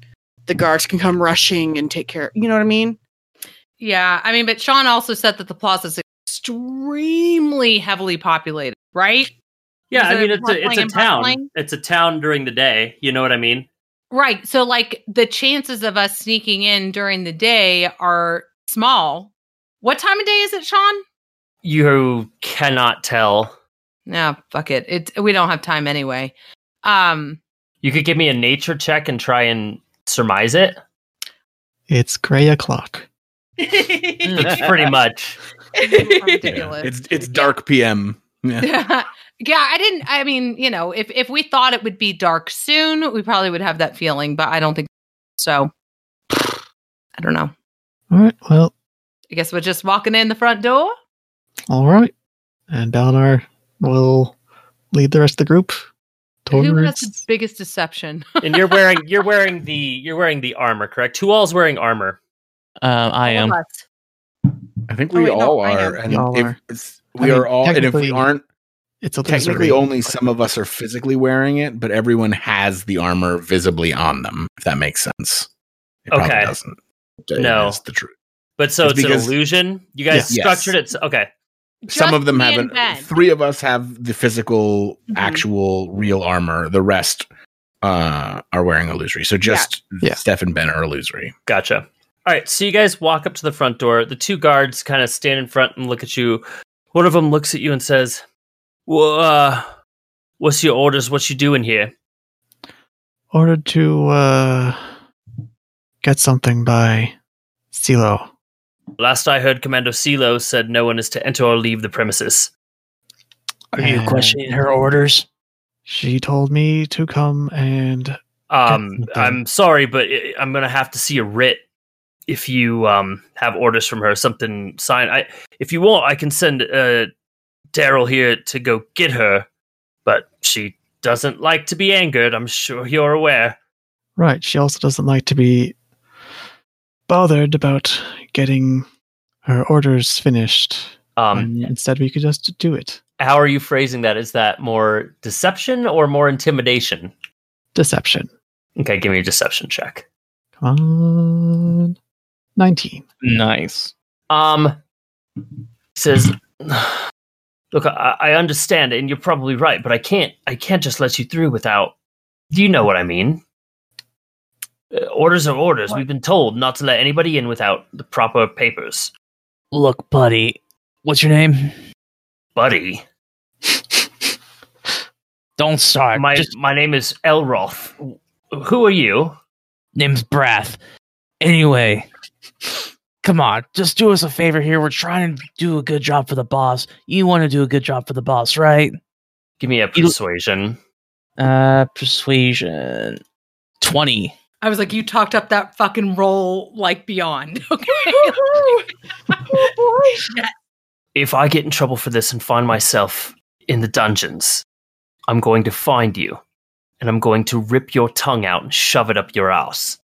D: the guards can come rushing and take care. You know what I mean?
E: Yeah, I mean, but Sean also said that the plaza is extremely heavily populated, right?
A: Yeah,
E: Is
A: I
E: it
A: mean it's a it's a
E: hustling and
A: town.
E: bustling?
A: It's a town during the day. You know what I mean?
E: Right. So, like, the chances of us sneaking in during the day are small. What time of day is it, Sean?
A: You cannot tell.
E: No, fuck it. It we don't have time anyway. Um,
A: You could give me a nature check and try and surmise it.
F: It's gray o'clock.
A: That's pretty much.
E: ridiculous.
B: It's it's dark PM. Yeah.
E: yeah, I didn't. I mean, you know, if if we thought it would be dark soon, we probably would have that feeling, but I don't think so. I don't know.
F: All right. Well,
E: I guess we're just walking in the front door.
F: all right. And Balnar will lead the rest of the group
E: Who has the
F: towards.
E: biggest deception?
A: And you're wearing you're wearing the you're wearing the armor, correct? Who all's wearing armor?
C: Um, I
E: All
C: am.
E: of us.
B: I think
D: Oh,
B: we
D: wait, no,
B: all
D: I am.
B: are. And
F: We all
B: if
F: are.
B: it's- we
F: I mean,
B: are all and if we
F: technically-
B: aren't
F: It's a
B: technically
F: illusory.
B: only some of us are physically wearing it, but everyone has the armor visibly on them, if that makes sense. It probably
A: Okay.
B: doesn't.
A: No.
B: That's the truth.
A: But so
B: It's
A: it's,
B: because-
A: an illusion. You guys
B: Yeah. Yes.
A: structured it. So, okay.
B: some
E: Just
B: of them
E: me
B: have
E: and
B: an,
E: Ben.
B: three of us have the physical
E: Mhm.
B: actual real armor the rest uh are wearing illusory so just
F: Yeah.
B: steph and ben are illusory
A: Gotcha. All right, so you guys walk up to the front door. The two guards kind of stand in front and look at you. One of them looks at you and says, well, uh, "What's your orders? What you doing here?"
F: ordered to uh, get something by Silo.
A: Last I heard, Commando Silo said no one is to enter or leave the premises.
C: Are you
F: And
C: questioning her orders?
F: She told me to come and
A: Um,
F: That's-
A: I'm sorry, but i I'm gonna have to see a writ if you um have orders from her. Something signed. I if you want, I can send uh Daryl here to go get her, but she doesn't like to be angered. I'm sure you're aware.
F: right. She also doesn't like to be bothered about getting her orders finished.
A: Um,
F: and instead, we could just do it.
A: how are you phrasing that? Is that more deception or more intimidation?
F: Deception.
A: Okay, give me a deception check.
F: Come on. Nineteen.
C: Nice.
A: Um, says, look, I, I understand, and you're probably right, but I can't, I can't just let you through without. Do you know what I mean? Uh, orders are orders. We've been told not to let anybody in without the proper papers,
C: Look, buddy. What's your name?
A: buddy.
C: Don't start.
A: My
C: Just
A: my name is Elroth. Who are you?
C: name's Brath. Anyway, come on. Just do us a favor here. We're trying to do a good job for the boss. You want to do a good job for the boss, right?
A: Give me a
C: You-
A: persuasion.
C: Uh, persuasion. 20.
E: I was like, you talked up that fucking roll like beyond. Okay.
A: if I get in trouble for this and find myself in the dungeons, I'm going to find you and I'm going to rip your tongue out and shove it up your ass.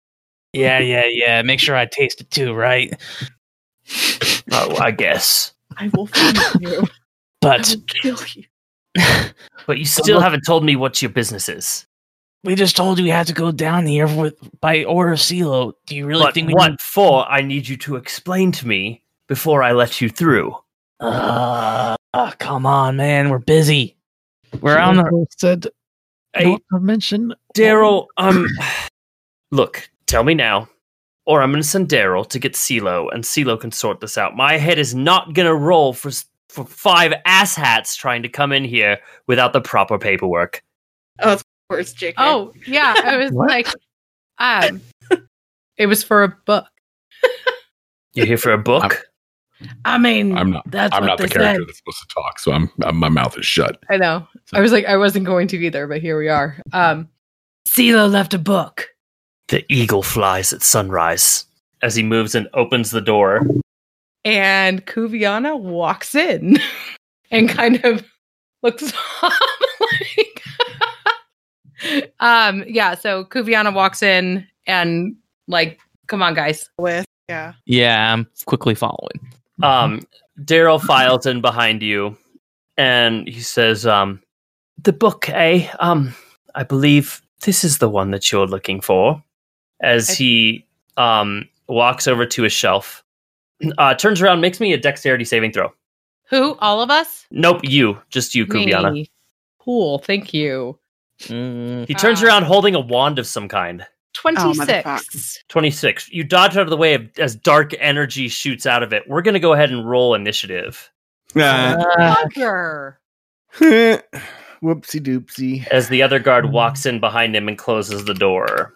C: Yeah, yeah, yeah. Make sure I taste it too, right?
A: Oh, I guess.
D: I will find you. I
C: But
D: will kill you.
A: But you still haven't told me what your business is.
C: we just told you we had to go down here with by order of Silo. Do you really
A: But
C: think we
A: what for, I need you to explain to me before I let you through.
C: Uh, uh, come on, man. We're busy. We're on the.
F: Also said
A: Hey,
F: not to mention
A: Daryl, um, look, tell me now, or I'm going to send Daryl to get CeeLo, and CeeLo can sort this out. My head is not going to roll for s- for five asshats trying to come in here without the proper paperwork.
D: Where's JK?
E: oh yeah, I was
F: What?
E: like, um, it was for a book.
A: You're here for a book?
E: I mean,
B: i'm not
E: that's
B: i'm
E: what
B: not the
E: they
B: character
E: said.
B: that's supposed to talk so i'm, i my mouth is shut
E: I know. I was like, I wasn't going to either, but here we are. Um, CeeLo left a book.
A: The eagle flies at sunrise. As he moves and opens the door,
E: and Kuviana walks in and kind of looks off like um yeah so Kuviana walks in and like come on guys
D: with yeah.
C: Yeah, I'm quickly following.
E: Mm-hmm.
A: um, Daryl files in behind you, and he says, um, "The book, eh? Um, I believe this is the one that you're looking for." As
E: I-
A: he um, walks over to a shelf, uh, turns around, makes me a dexterity saving throw.
E: who all of us
A: Nope, you, just you, Kubiana.
E: Me. cool thank you
C: Mm,
A: He turns
E: Ah.
A: around holding a wand of some kind.
E: Oh, 26
A: Twenty-six. You dodge out of the way of, as dark energy shoots out of it. We're gonna go ahead and roll initiative.
B: uh,
E: Bugger.
D: Uh,
B: Whoopsie doopsie.
A: as the other guard walks in behind him and closes the door.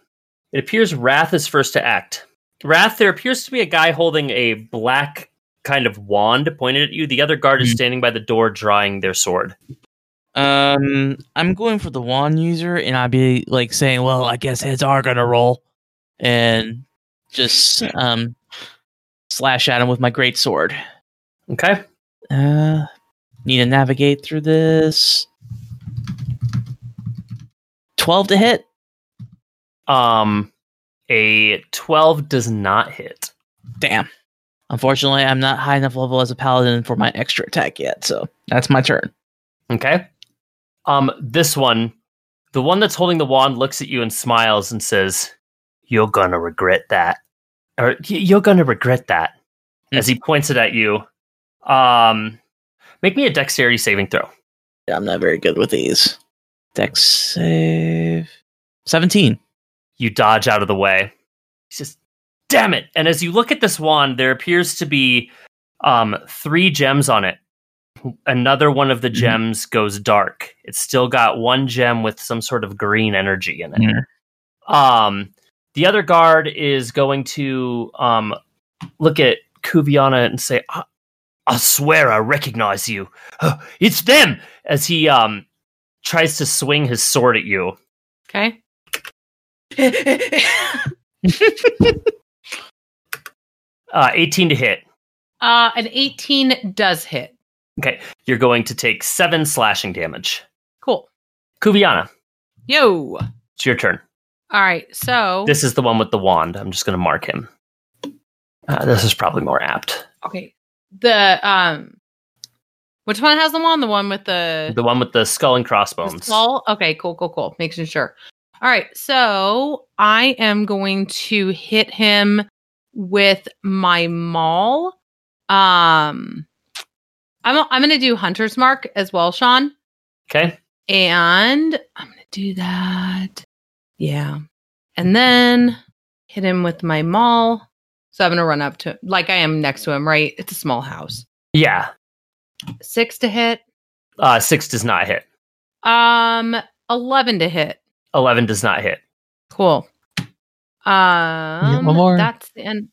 A: It appears Wrath is first to act. Wrath, there appears to be a guy holding a black kind of wand pointed at you. The other guard is
C: Hmm.
A: standing by the door drawing their sword.
C: Um, I'm going for the wand user, and I'd be like saying, "Well, I guess heads are gonna roll," and just um slash at him with my great sword.
A: Okay.
C: Uh, need to navigate through this. Twelve to hit.
A: Um a 12 does not hit.
C: Damn. Unfortunately, I'm not high enough level as a paladin for my extra attack yet, so that's my turn.
A: Okay. Um this one, the one that's holding the wand looks at you and smiles and says, "You're going to regret that." Or "Y- "You're going to regret that."
C: Hmm.
A: As he points it at you. Um make me a dexterity saving throw.
C: Yeah, I'm not very good with these. Dex save. 17.
A: you dodge out of the way. He says, "Damn it!" And as you look at this wand, there appears to be um, three gems on it. Another one of the gems goes dark. It's still got one gem with some sort of green energy in it. Um, the other guard is going to um, look at Kuviana and say, I-, "I swear, I recognize you. Oh, it's them!" As he um, tries to swing his sword at you.
E: Okay.
A: Uh, 18 to hit.
E: Uh, an 18 does hit.
A: You're going to take seven slashing damage.
E: Cool.
A: Kuviana,
E: Yo.
A: it's your turn.
E: All right. So,
A: This is the one with the wand. I'm just going to mark him. Uh, this is probably more apt.
E: okay. The, um, which one has the wand? The one with the,
A: The one with the skull and
E: the
A: crossbones.
E: skull? Okay. Cool. Cool. Cool. Making sure. All right. So I am going to hit him with my maul. Um, I'm, I'm going to do Hunter's Mark as well, Sean.
A: Okay.
E: And I'm going to do that. Yeah. And then hit him with my maul. So I'm going to run up to like I am next to him, right? It's a small house.
A: Yeah.
E: Six to hit.
A: Uh, six does not hit.
E: Um, 11 to hit.
A: 11 does not hit.
E: Cool. Um,
F: one more.
E: That's the end.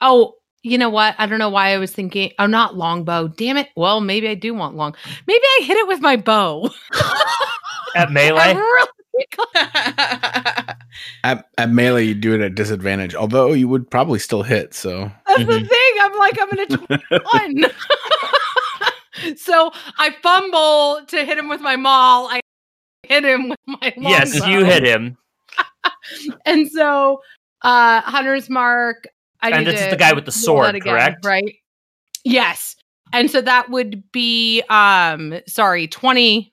E: Oh, you know what? I don't know why I was thinking. Oh, not longbow. Damn it. Well, maybe I do want long. Maybe I hit it with my bow.
A: At
E: I
A: melee?
E: really
B: At, at melee, you do it at disadvantage, although you would probably still hit. So
E: That's the
A: Mm-hmm.
C: Mhm.
E: thing. I'm like, I'm gonna one. so I fumble to hit him with my maul. I hit him with my longbow.
A: Yes, you hit him.
E: And so uh Hunter's mark. I
A: And
E: need
A: this is
E: to
A: the guy with the
E: roll that
A: sword, correct?
E: Right. Yes. And so that would be um sorry, 20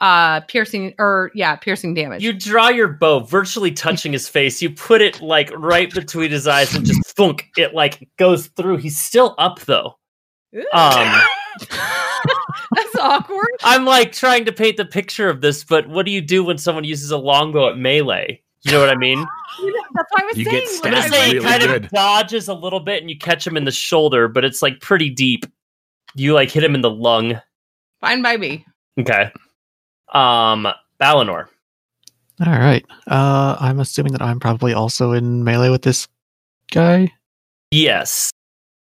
E: uh piercing or yeah, piercing damage.
A: You draw your bow, virtually touching his face. You put it like right between his eyes and just thunk. It like goes through. He's still up though. um,
E: That's awkward.
A: I'm like trying to paint the picture of this, but what do you do when someone uses a longbow at melee? You know what I mean?
E: You know, That's why I was
B: You
E: saying.
A: I'm
B: get
E: when I
A: gonna
B: That's
A: say
E: was-
B: really
A: it kind
B: good.
A: of dodges a little bit and you catch him in the shoulder, but it's like pretty deep. You like hit him in the lung.
E: Fine by me.
A: Okay. Um Balinor.
F: All right. Uh, I'm assuming that I'm probably also in melee with this guy.
A: Yes.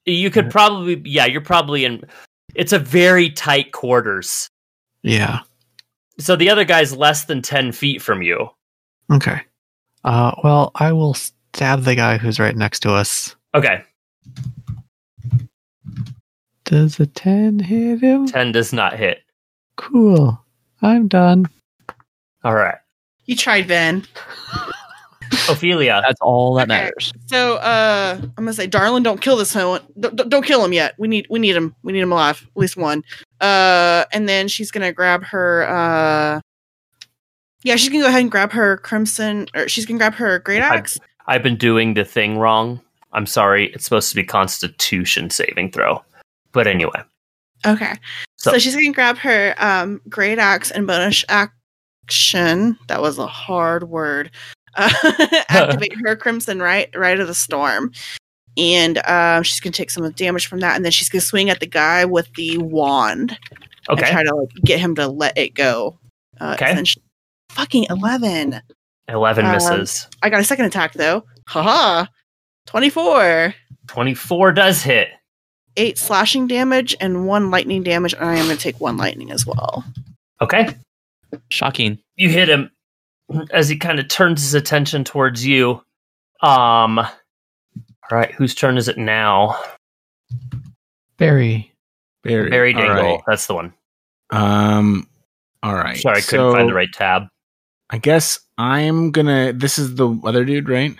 A: You
B: Mm-hmm.
A: could probably yeah, you're probably in it's a very tight quarters.
F: Yeah.
A: So the other guy's less than ten feet from you.
F: Okay. Uh, well, I will stab the guy who's right next to us.
A: Okay.
F: Does a 10 hit him?
A: Ten does not hit.
F: Cool. I'm done.
A: All right.
D: you tried, Van.
A: Ophelia.
C: That's all that
D: Okay.
C: matters.
D: So uh, I'm gonna say, darling, don't kill this one. Don't, don't kill him yet. We need we need him. We need him alive. At least one. Uh, and then she's gonna grab her. Uh, yeah, she's gonna go ahead and grab her crimson, or she's gonna grab her great
A: I-
D: axe.
A: I've been doing the thing wrong. I'm sorry. It's supposed to be Constitution saving throw. But anyway,
D: Okay.
A: So-
D: So, she's gonna grab her um great axe and bonus action. That was a hard word. Uh, activate her crimson right right of the storm. and um, she's gonna take some of the damage from that, and then she's gonna swing at the guy with the wand and
A: Okay.
D: try to like get him to let it go. Uh,
A: Okay.
D: essentially. Fucking eleven.
A: 11
D: um,
A: misses.
D: I got a second attack though. Haha. Twenty four.
A: 24 does hit.
D: Eight slashing damage and one lightning damage, and I am gonna take one lightning as well.
A: Okay.
C: Shocking.
A: you hit him as he kind of turns his attention towards you. Um, all right, whose turn is it now?
F: Barry.
G: Barry,
A: Barry
G: All
A: Dingle.
G: right.
A: That's the one.
G: Um, all right.
A: Sorry, I couldn't
G: So,
A: find the right tab.
G: I guess I'm gonna. This is the other dude, right?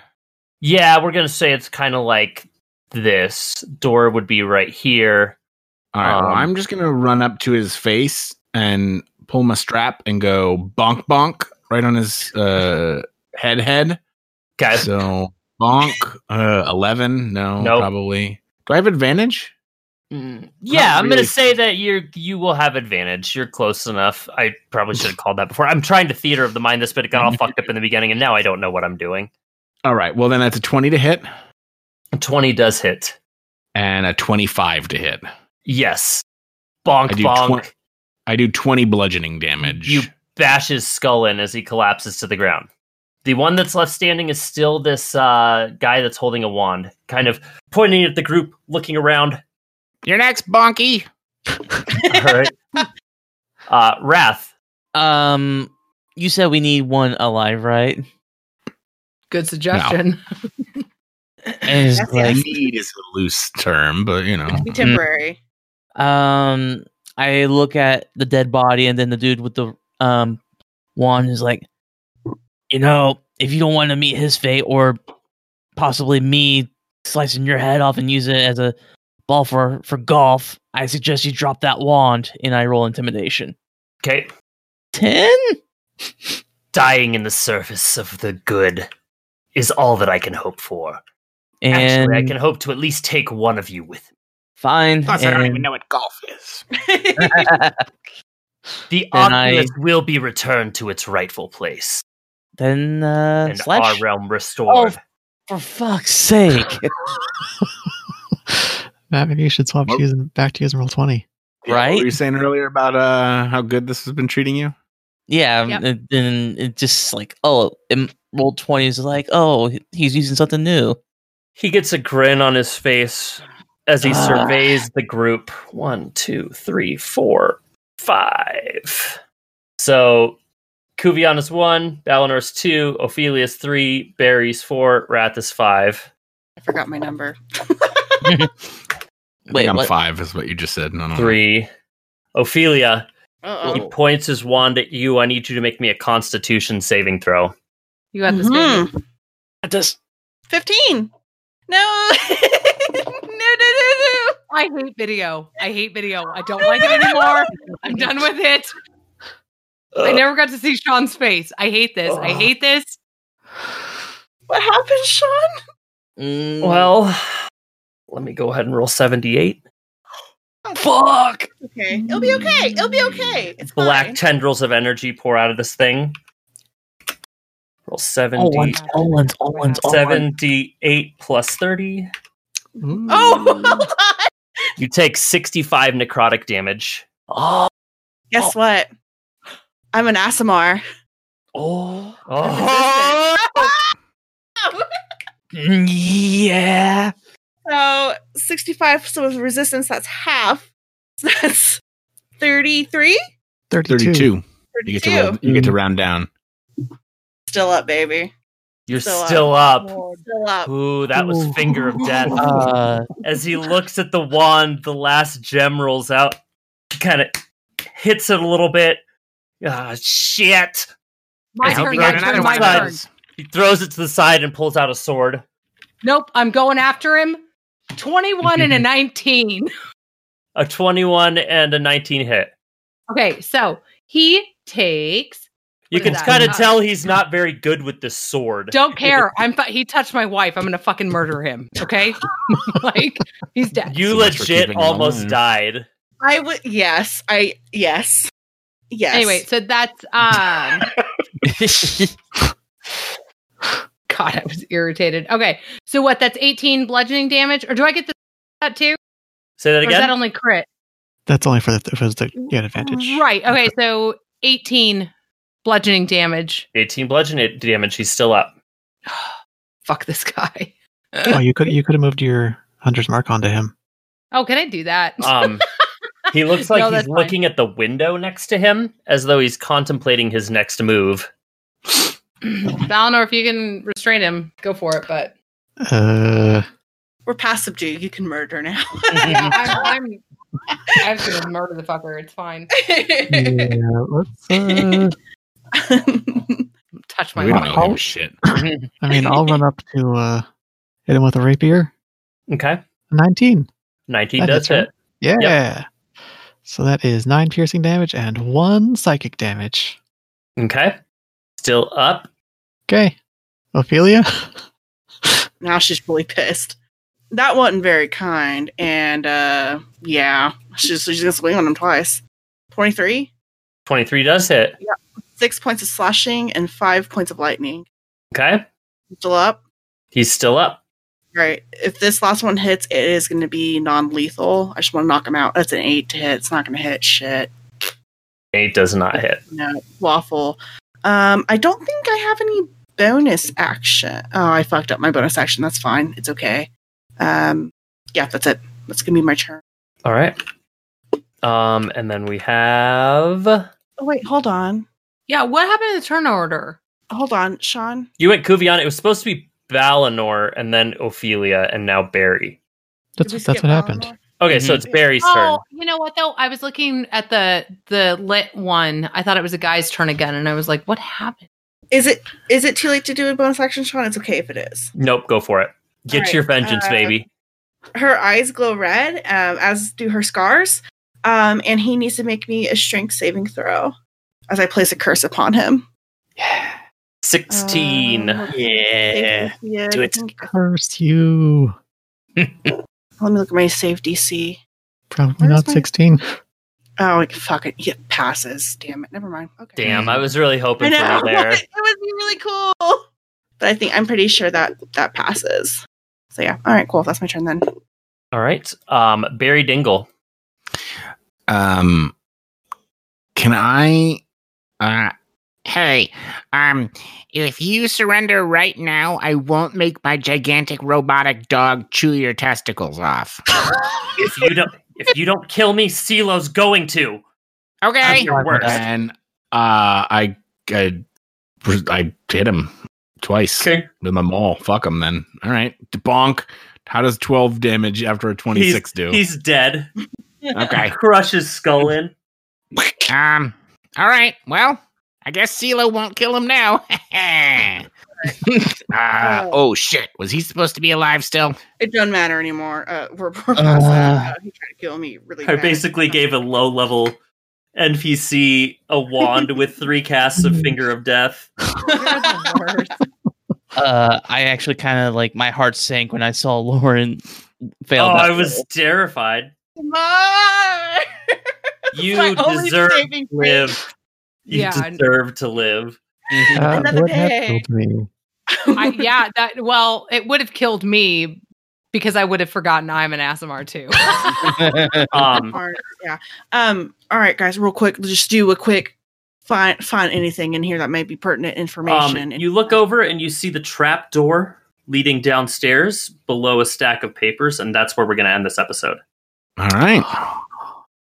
A: Yeah, we're gonna say it's kind of like this. Door would be right here.
G: All right. well,
A: Um,
G: I'm just gonna run up to his face and pull my strap and go bonk bonk right on his uh head head.
A: Okay.
G: So bonk uh eleven. No,
A: Nope.
G: probably. Do I have advantage?
A: Mm, yeah, I'm
G: really.
A: gonna say that you're you will have advantage. You're close enough. I probably should have called that before. I'm trying to theater of the mind this, but it got all fucked up in the beginning, and now I don't know what I'm doing.
G: All right. Well, then that's a twenty to hit
A: Twenty does hit.
G: and a twenty-five to hit.
A: Yes. Bonk
G: I do
A: bonk.
G: 20 I do twenty bludgeoning damage.
A: You bashes skull in as he collapses to the ground. The one that's left standing is still this uh, guy that's holding a wand, kind of pointing at the group, looking around.
B: You're next, Bonky.
A: All right. uh, Wrath.
C: Um, you said we need one alive, right?
E: Good suggestion.
C: And it's
D: That's
C: like,
G: need is a loose term, but you know.
A: Mm-hmm.
D: Be temporary.
C: Um, I look at the dead body, and then the dude with the um wand is like, you know, if you don't want to meet his fate, or possibly me slicing your head off and use it as a ball for for golf, I suggest you drop that wand. And I roll intimidation.
A: Okay.
C: Ten.
A: Dying in the service of the good is all that I can hope for.
C: And
A: Actually, I can hope to at least take one of you with me.
C: fine.
B: Plus, I don't
C: and-
B: even know what golf is.
A: The
C: Then I-
A: Oculus will be returned to its rightful place
C: then uh,
A: and
C: slash
A: our realm restored.
C: for fuck's sake,
F: Matt, maybe you should swap
G: Nope.
F: to using back to using roll twenty.
G: What were you
C: right?
G: saying earlier about uh how good this has been treating you?
C: Yeah,
H: Yep.
C: and then it just like oh, and roll twenty is like oh, he's using something new.
A: He gets a grin on his face as he
C: Ah.
A: surveys the group. One, two, three, four, five. So Kuviana's one, Balinur's two, Ophelia's three, Barry's four, Wrath is five.
D: I forgot my number.
G: I
C: Wait,
G: think I'm
C: what?
G: five is what you just said.
B: Hmm.
G: No, no, no.
A: Three. Ophelia, he
D: Uh-oh.
A: points his wand at you. I need you to make me a constitution saving throw.
E: You got this.
A: Mm-hmm.
E: baby.
C: I just
D: Mm-hmm. Fifteen. No. no. No. No.
E: I hate video. I hate video. I don't like it anymore. I'm done with it. I never got to see Sean's face. I hate this. I hate this.
D: What happened, Sean?
C: mm,
A: Well, let me go ahead and roll 78.
C: fuck.
D: Okay. It'll be okay. It'll be okay. It's
A: black
D: fine.
A: tendrils of energy pour out of this thing. Roll 70,
C: All ones, all ones, all ones, all ones.
A: 78 plus 30.
D: Oh, hold on.
A: You take 65 necrotic damage.
C: Oh,
D: Guess what? I'm an Asimar.
C: oh,
A: Oh,
C: mm, yeah.
D: So 65 so with resistance, that's half. So that's 33?
F: Thirty-two.
G: Thirty-two.
D: 32.
G: You get to roll, you get to round down.
D: Still up, baby.
A: you're
D: Still up.
A: still up.
D: Still up.
A: Ooh, that was
F: Ooh.
A: finger of death.
C: Uh,
A: As he looks at the wand, the last gem rolls out, kind of hits it a little bit. Ah, shit.
E: My
A: I hope
E: turn.
A: you
E: My
A: got
E: turn.
A: another
E: My
A: one of
E: turn.
A: those. He throws it to the side and pulls out a sword.
E: Nope. I'm going after him. 21 and a 19.
A: A 21 and a 19 hit.
E: Okay. So he takes.
A: You
E: What
A: can
E: is that?
A: kind of
E: Not-
A: tell he's not very good with this sword.
E: Don't care. I'm. Fu- he touched my wife. I'm gonna fucking murder him. Okay. like he's dead.
A: you
G: So much for
A: legit
G: keeping him
A: almost
G: alive.
A: died.
D: I would yes, I yes. Yes.
E: Anyway, so that's um.
I: God, I was irritated. Okay, so what? That's 18 bludgeoning damage, or do I get the that too?
A: Say that
I: Or is
A: again.
I: that only crit?
F: That's only for the if it was the you had advantage.
I: Right. Okay, so 18 bludgeoning damage.
A: 18 bludgeon it- damage. He's still up.
I: Fuck this guy.
F: Oh, you could you could have moved your hunter's mark onto him.
I: Oh, can I do that?
A: Um, he looks like
I: No,
A: he's
I: that's fine.
A: looking at the window next to him as though he's contemplating his next move.
I: Valinor, if you can restrain him, go for it. But
F: Uh,
D: We're past subdue. You can murder now.
I: yeah, I'm, I'm, I'm just gonna murder the fucker. It's fine.
F: yeah, let's. Uh,
I: Touch my
B: We don't
I: mom.
B: know him shit.
F: I mean, I'll run up to uh, hit him with a rapier.
A: Okay.
F: Nineteen.
A: 19
F: That
A: does
F: hits, right?
A: hit.
F: Yeah. So that is nine piercing damage and one psychic damage.
A: Okay. Still up.
F: Okay, Ophelia.
D: now she's really pissed. That wasn't very kind. And uh yeah, she's, she's gonna swing on him twice. 23,
A: 23 does hit.
D: six points of slashing and five points of lightning.
A: Okay.
D: Still up.
A: He's still up.
D: Right. If this last one hits, it is going to be non lethal. I just want to knock him out. That's an eight to hit. It's not going to hit shit.
A: 8 does not hit.
D: No, waffle. Um, I don't think I have any bonus action. Oh, I fucked up my bonus action. That's fine. It's okay. Um, yeah, that's it. That's going to be my turn.
A: All right. Um, and then we have.
D: Oh, wait. Hold on.
I: Yeah, what happened to the turn order?
D: Hold on, Sean.
A: You went Kuvion. It was supposed to be Valinor and then Ophelia and now Barry.
F: That's
D: Did we
F: what, that's
D: skip
F: what happened.
D: Eleanor?
A: Okay, so
G: Mhm.
A: it's Barry's turn.
I: Oh, you know what though? I was looking at the the lit one. I thought it was a guy's turn again, and I was like, what happened?
D: Is it is it too late to do a bonus action, Sean? It's okay if it is.
A: Nope, go for it. Get
D: All
A: your
D: right,
A: vengeance,
D: uh,
A: baby.
D: her eyes glow red, um, as do her scars. Um, and he needs to make me a strength saving throw as I place a curse upon him.
A: 16.
D: Um,
G: Yeah.
D: yeah,
G: do
D: I
G: it.
D: think-
F: Curse you!
D: Let me look at my save DC.
F: Probably
D: Where's
F: not
D: my-
F: sixteen.
D: Oh, it- fuck it. Yeah, It passes. Damn it. Never mind. Okay.
A: Damn, I was really
D: I
A: hoping for
D: know.
A: you there.
D: It would be really cool. But I think I'm pretty sure that that passes. So yeah. All right, cool. That's my turn then.
A: All right. Um, Barry Dingle.
B: Um, can I?
G: Uh, hey, um, if you surrender right now, I won't make my gigantic robotic dog chew your testicles off.
A: If you don't if you don't kill me, Silo's going to. I'm
G: Okay.
A: your worst.
B: And uh, I, I, I hit him twice
A: Okay.
B: with my maul. Fuck him then. All right, bonk. How does twelve damage after a twenty-six do?
A: He's dead.
G: Okay.
A: Crush his skull in.
G: Um, all right. Well, I guess CeeLo won't kill him now. uh, oh, shit. Was he supposed to be alive still?
D: It doesn't matter anymore. Uh, we're, we're past that. Uh, he tried to kill me really
A: I
D: bad.
A: basically gave a low level NPC a wand with three casts of Finger of Death.
I: You're the worst.
C: Uh, I actually kind of like my heart sank when I saw Lauren
A: Oh,
C: fail. that
A: I was terrified. You
D: My only
A: deserve to
D: saving grace.
A: live. You
I: Yeah, I-
A: deserve to live.
C: Mm-hmm.
F: Uh,
D: Another
F: what have
D: day.
F: killed me?
I: I, yeah, that well, it would have killed me because I would have forgotten I'm an Asimar too.
A: Um,
D: Or- yeah. Um. All right, guys. Real quick, let's just do a quick find find anything in here that may be pertinent information.
A: um, you look over and you see the trap door leading downstairs below a stack of papers, and that's where we're going to end this episode.
B: All right.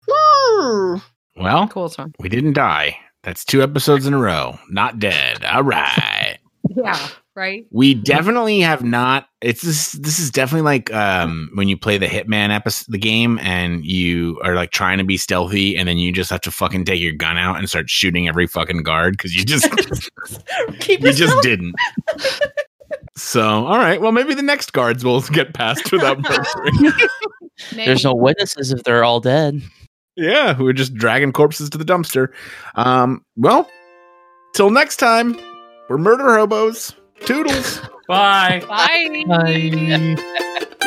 D: Woo!
B: Well,
I: cool song.
B: we didn't die. That's two episodes in a row. Not dead. All right.
I: Yeah, right.
B: We definitely have not. It's this. This is definitely like um, when you play the Hitman episode, the game, and you are like trying to be stealthy, and then you just have to fucking take your gun out and start shooting every fucking guard because you just
D: Keep
B: you
D: it
B: just didn't. So, all right. Well, maybe the next guards will get passed without murdering.
C: There's no witnesses if they're all dead.
B: yeah, we're just dragging corpses to the dumpster. Um, well, till next time, we're murder hobos. Toodles.
A: Bye.
I: Bye.
F: Bye.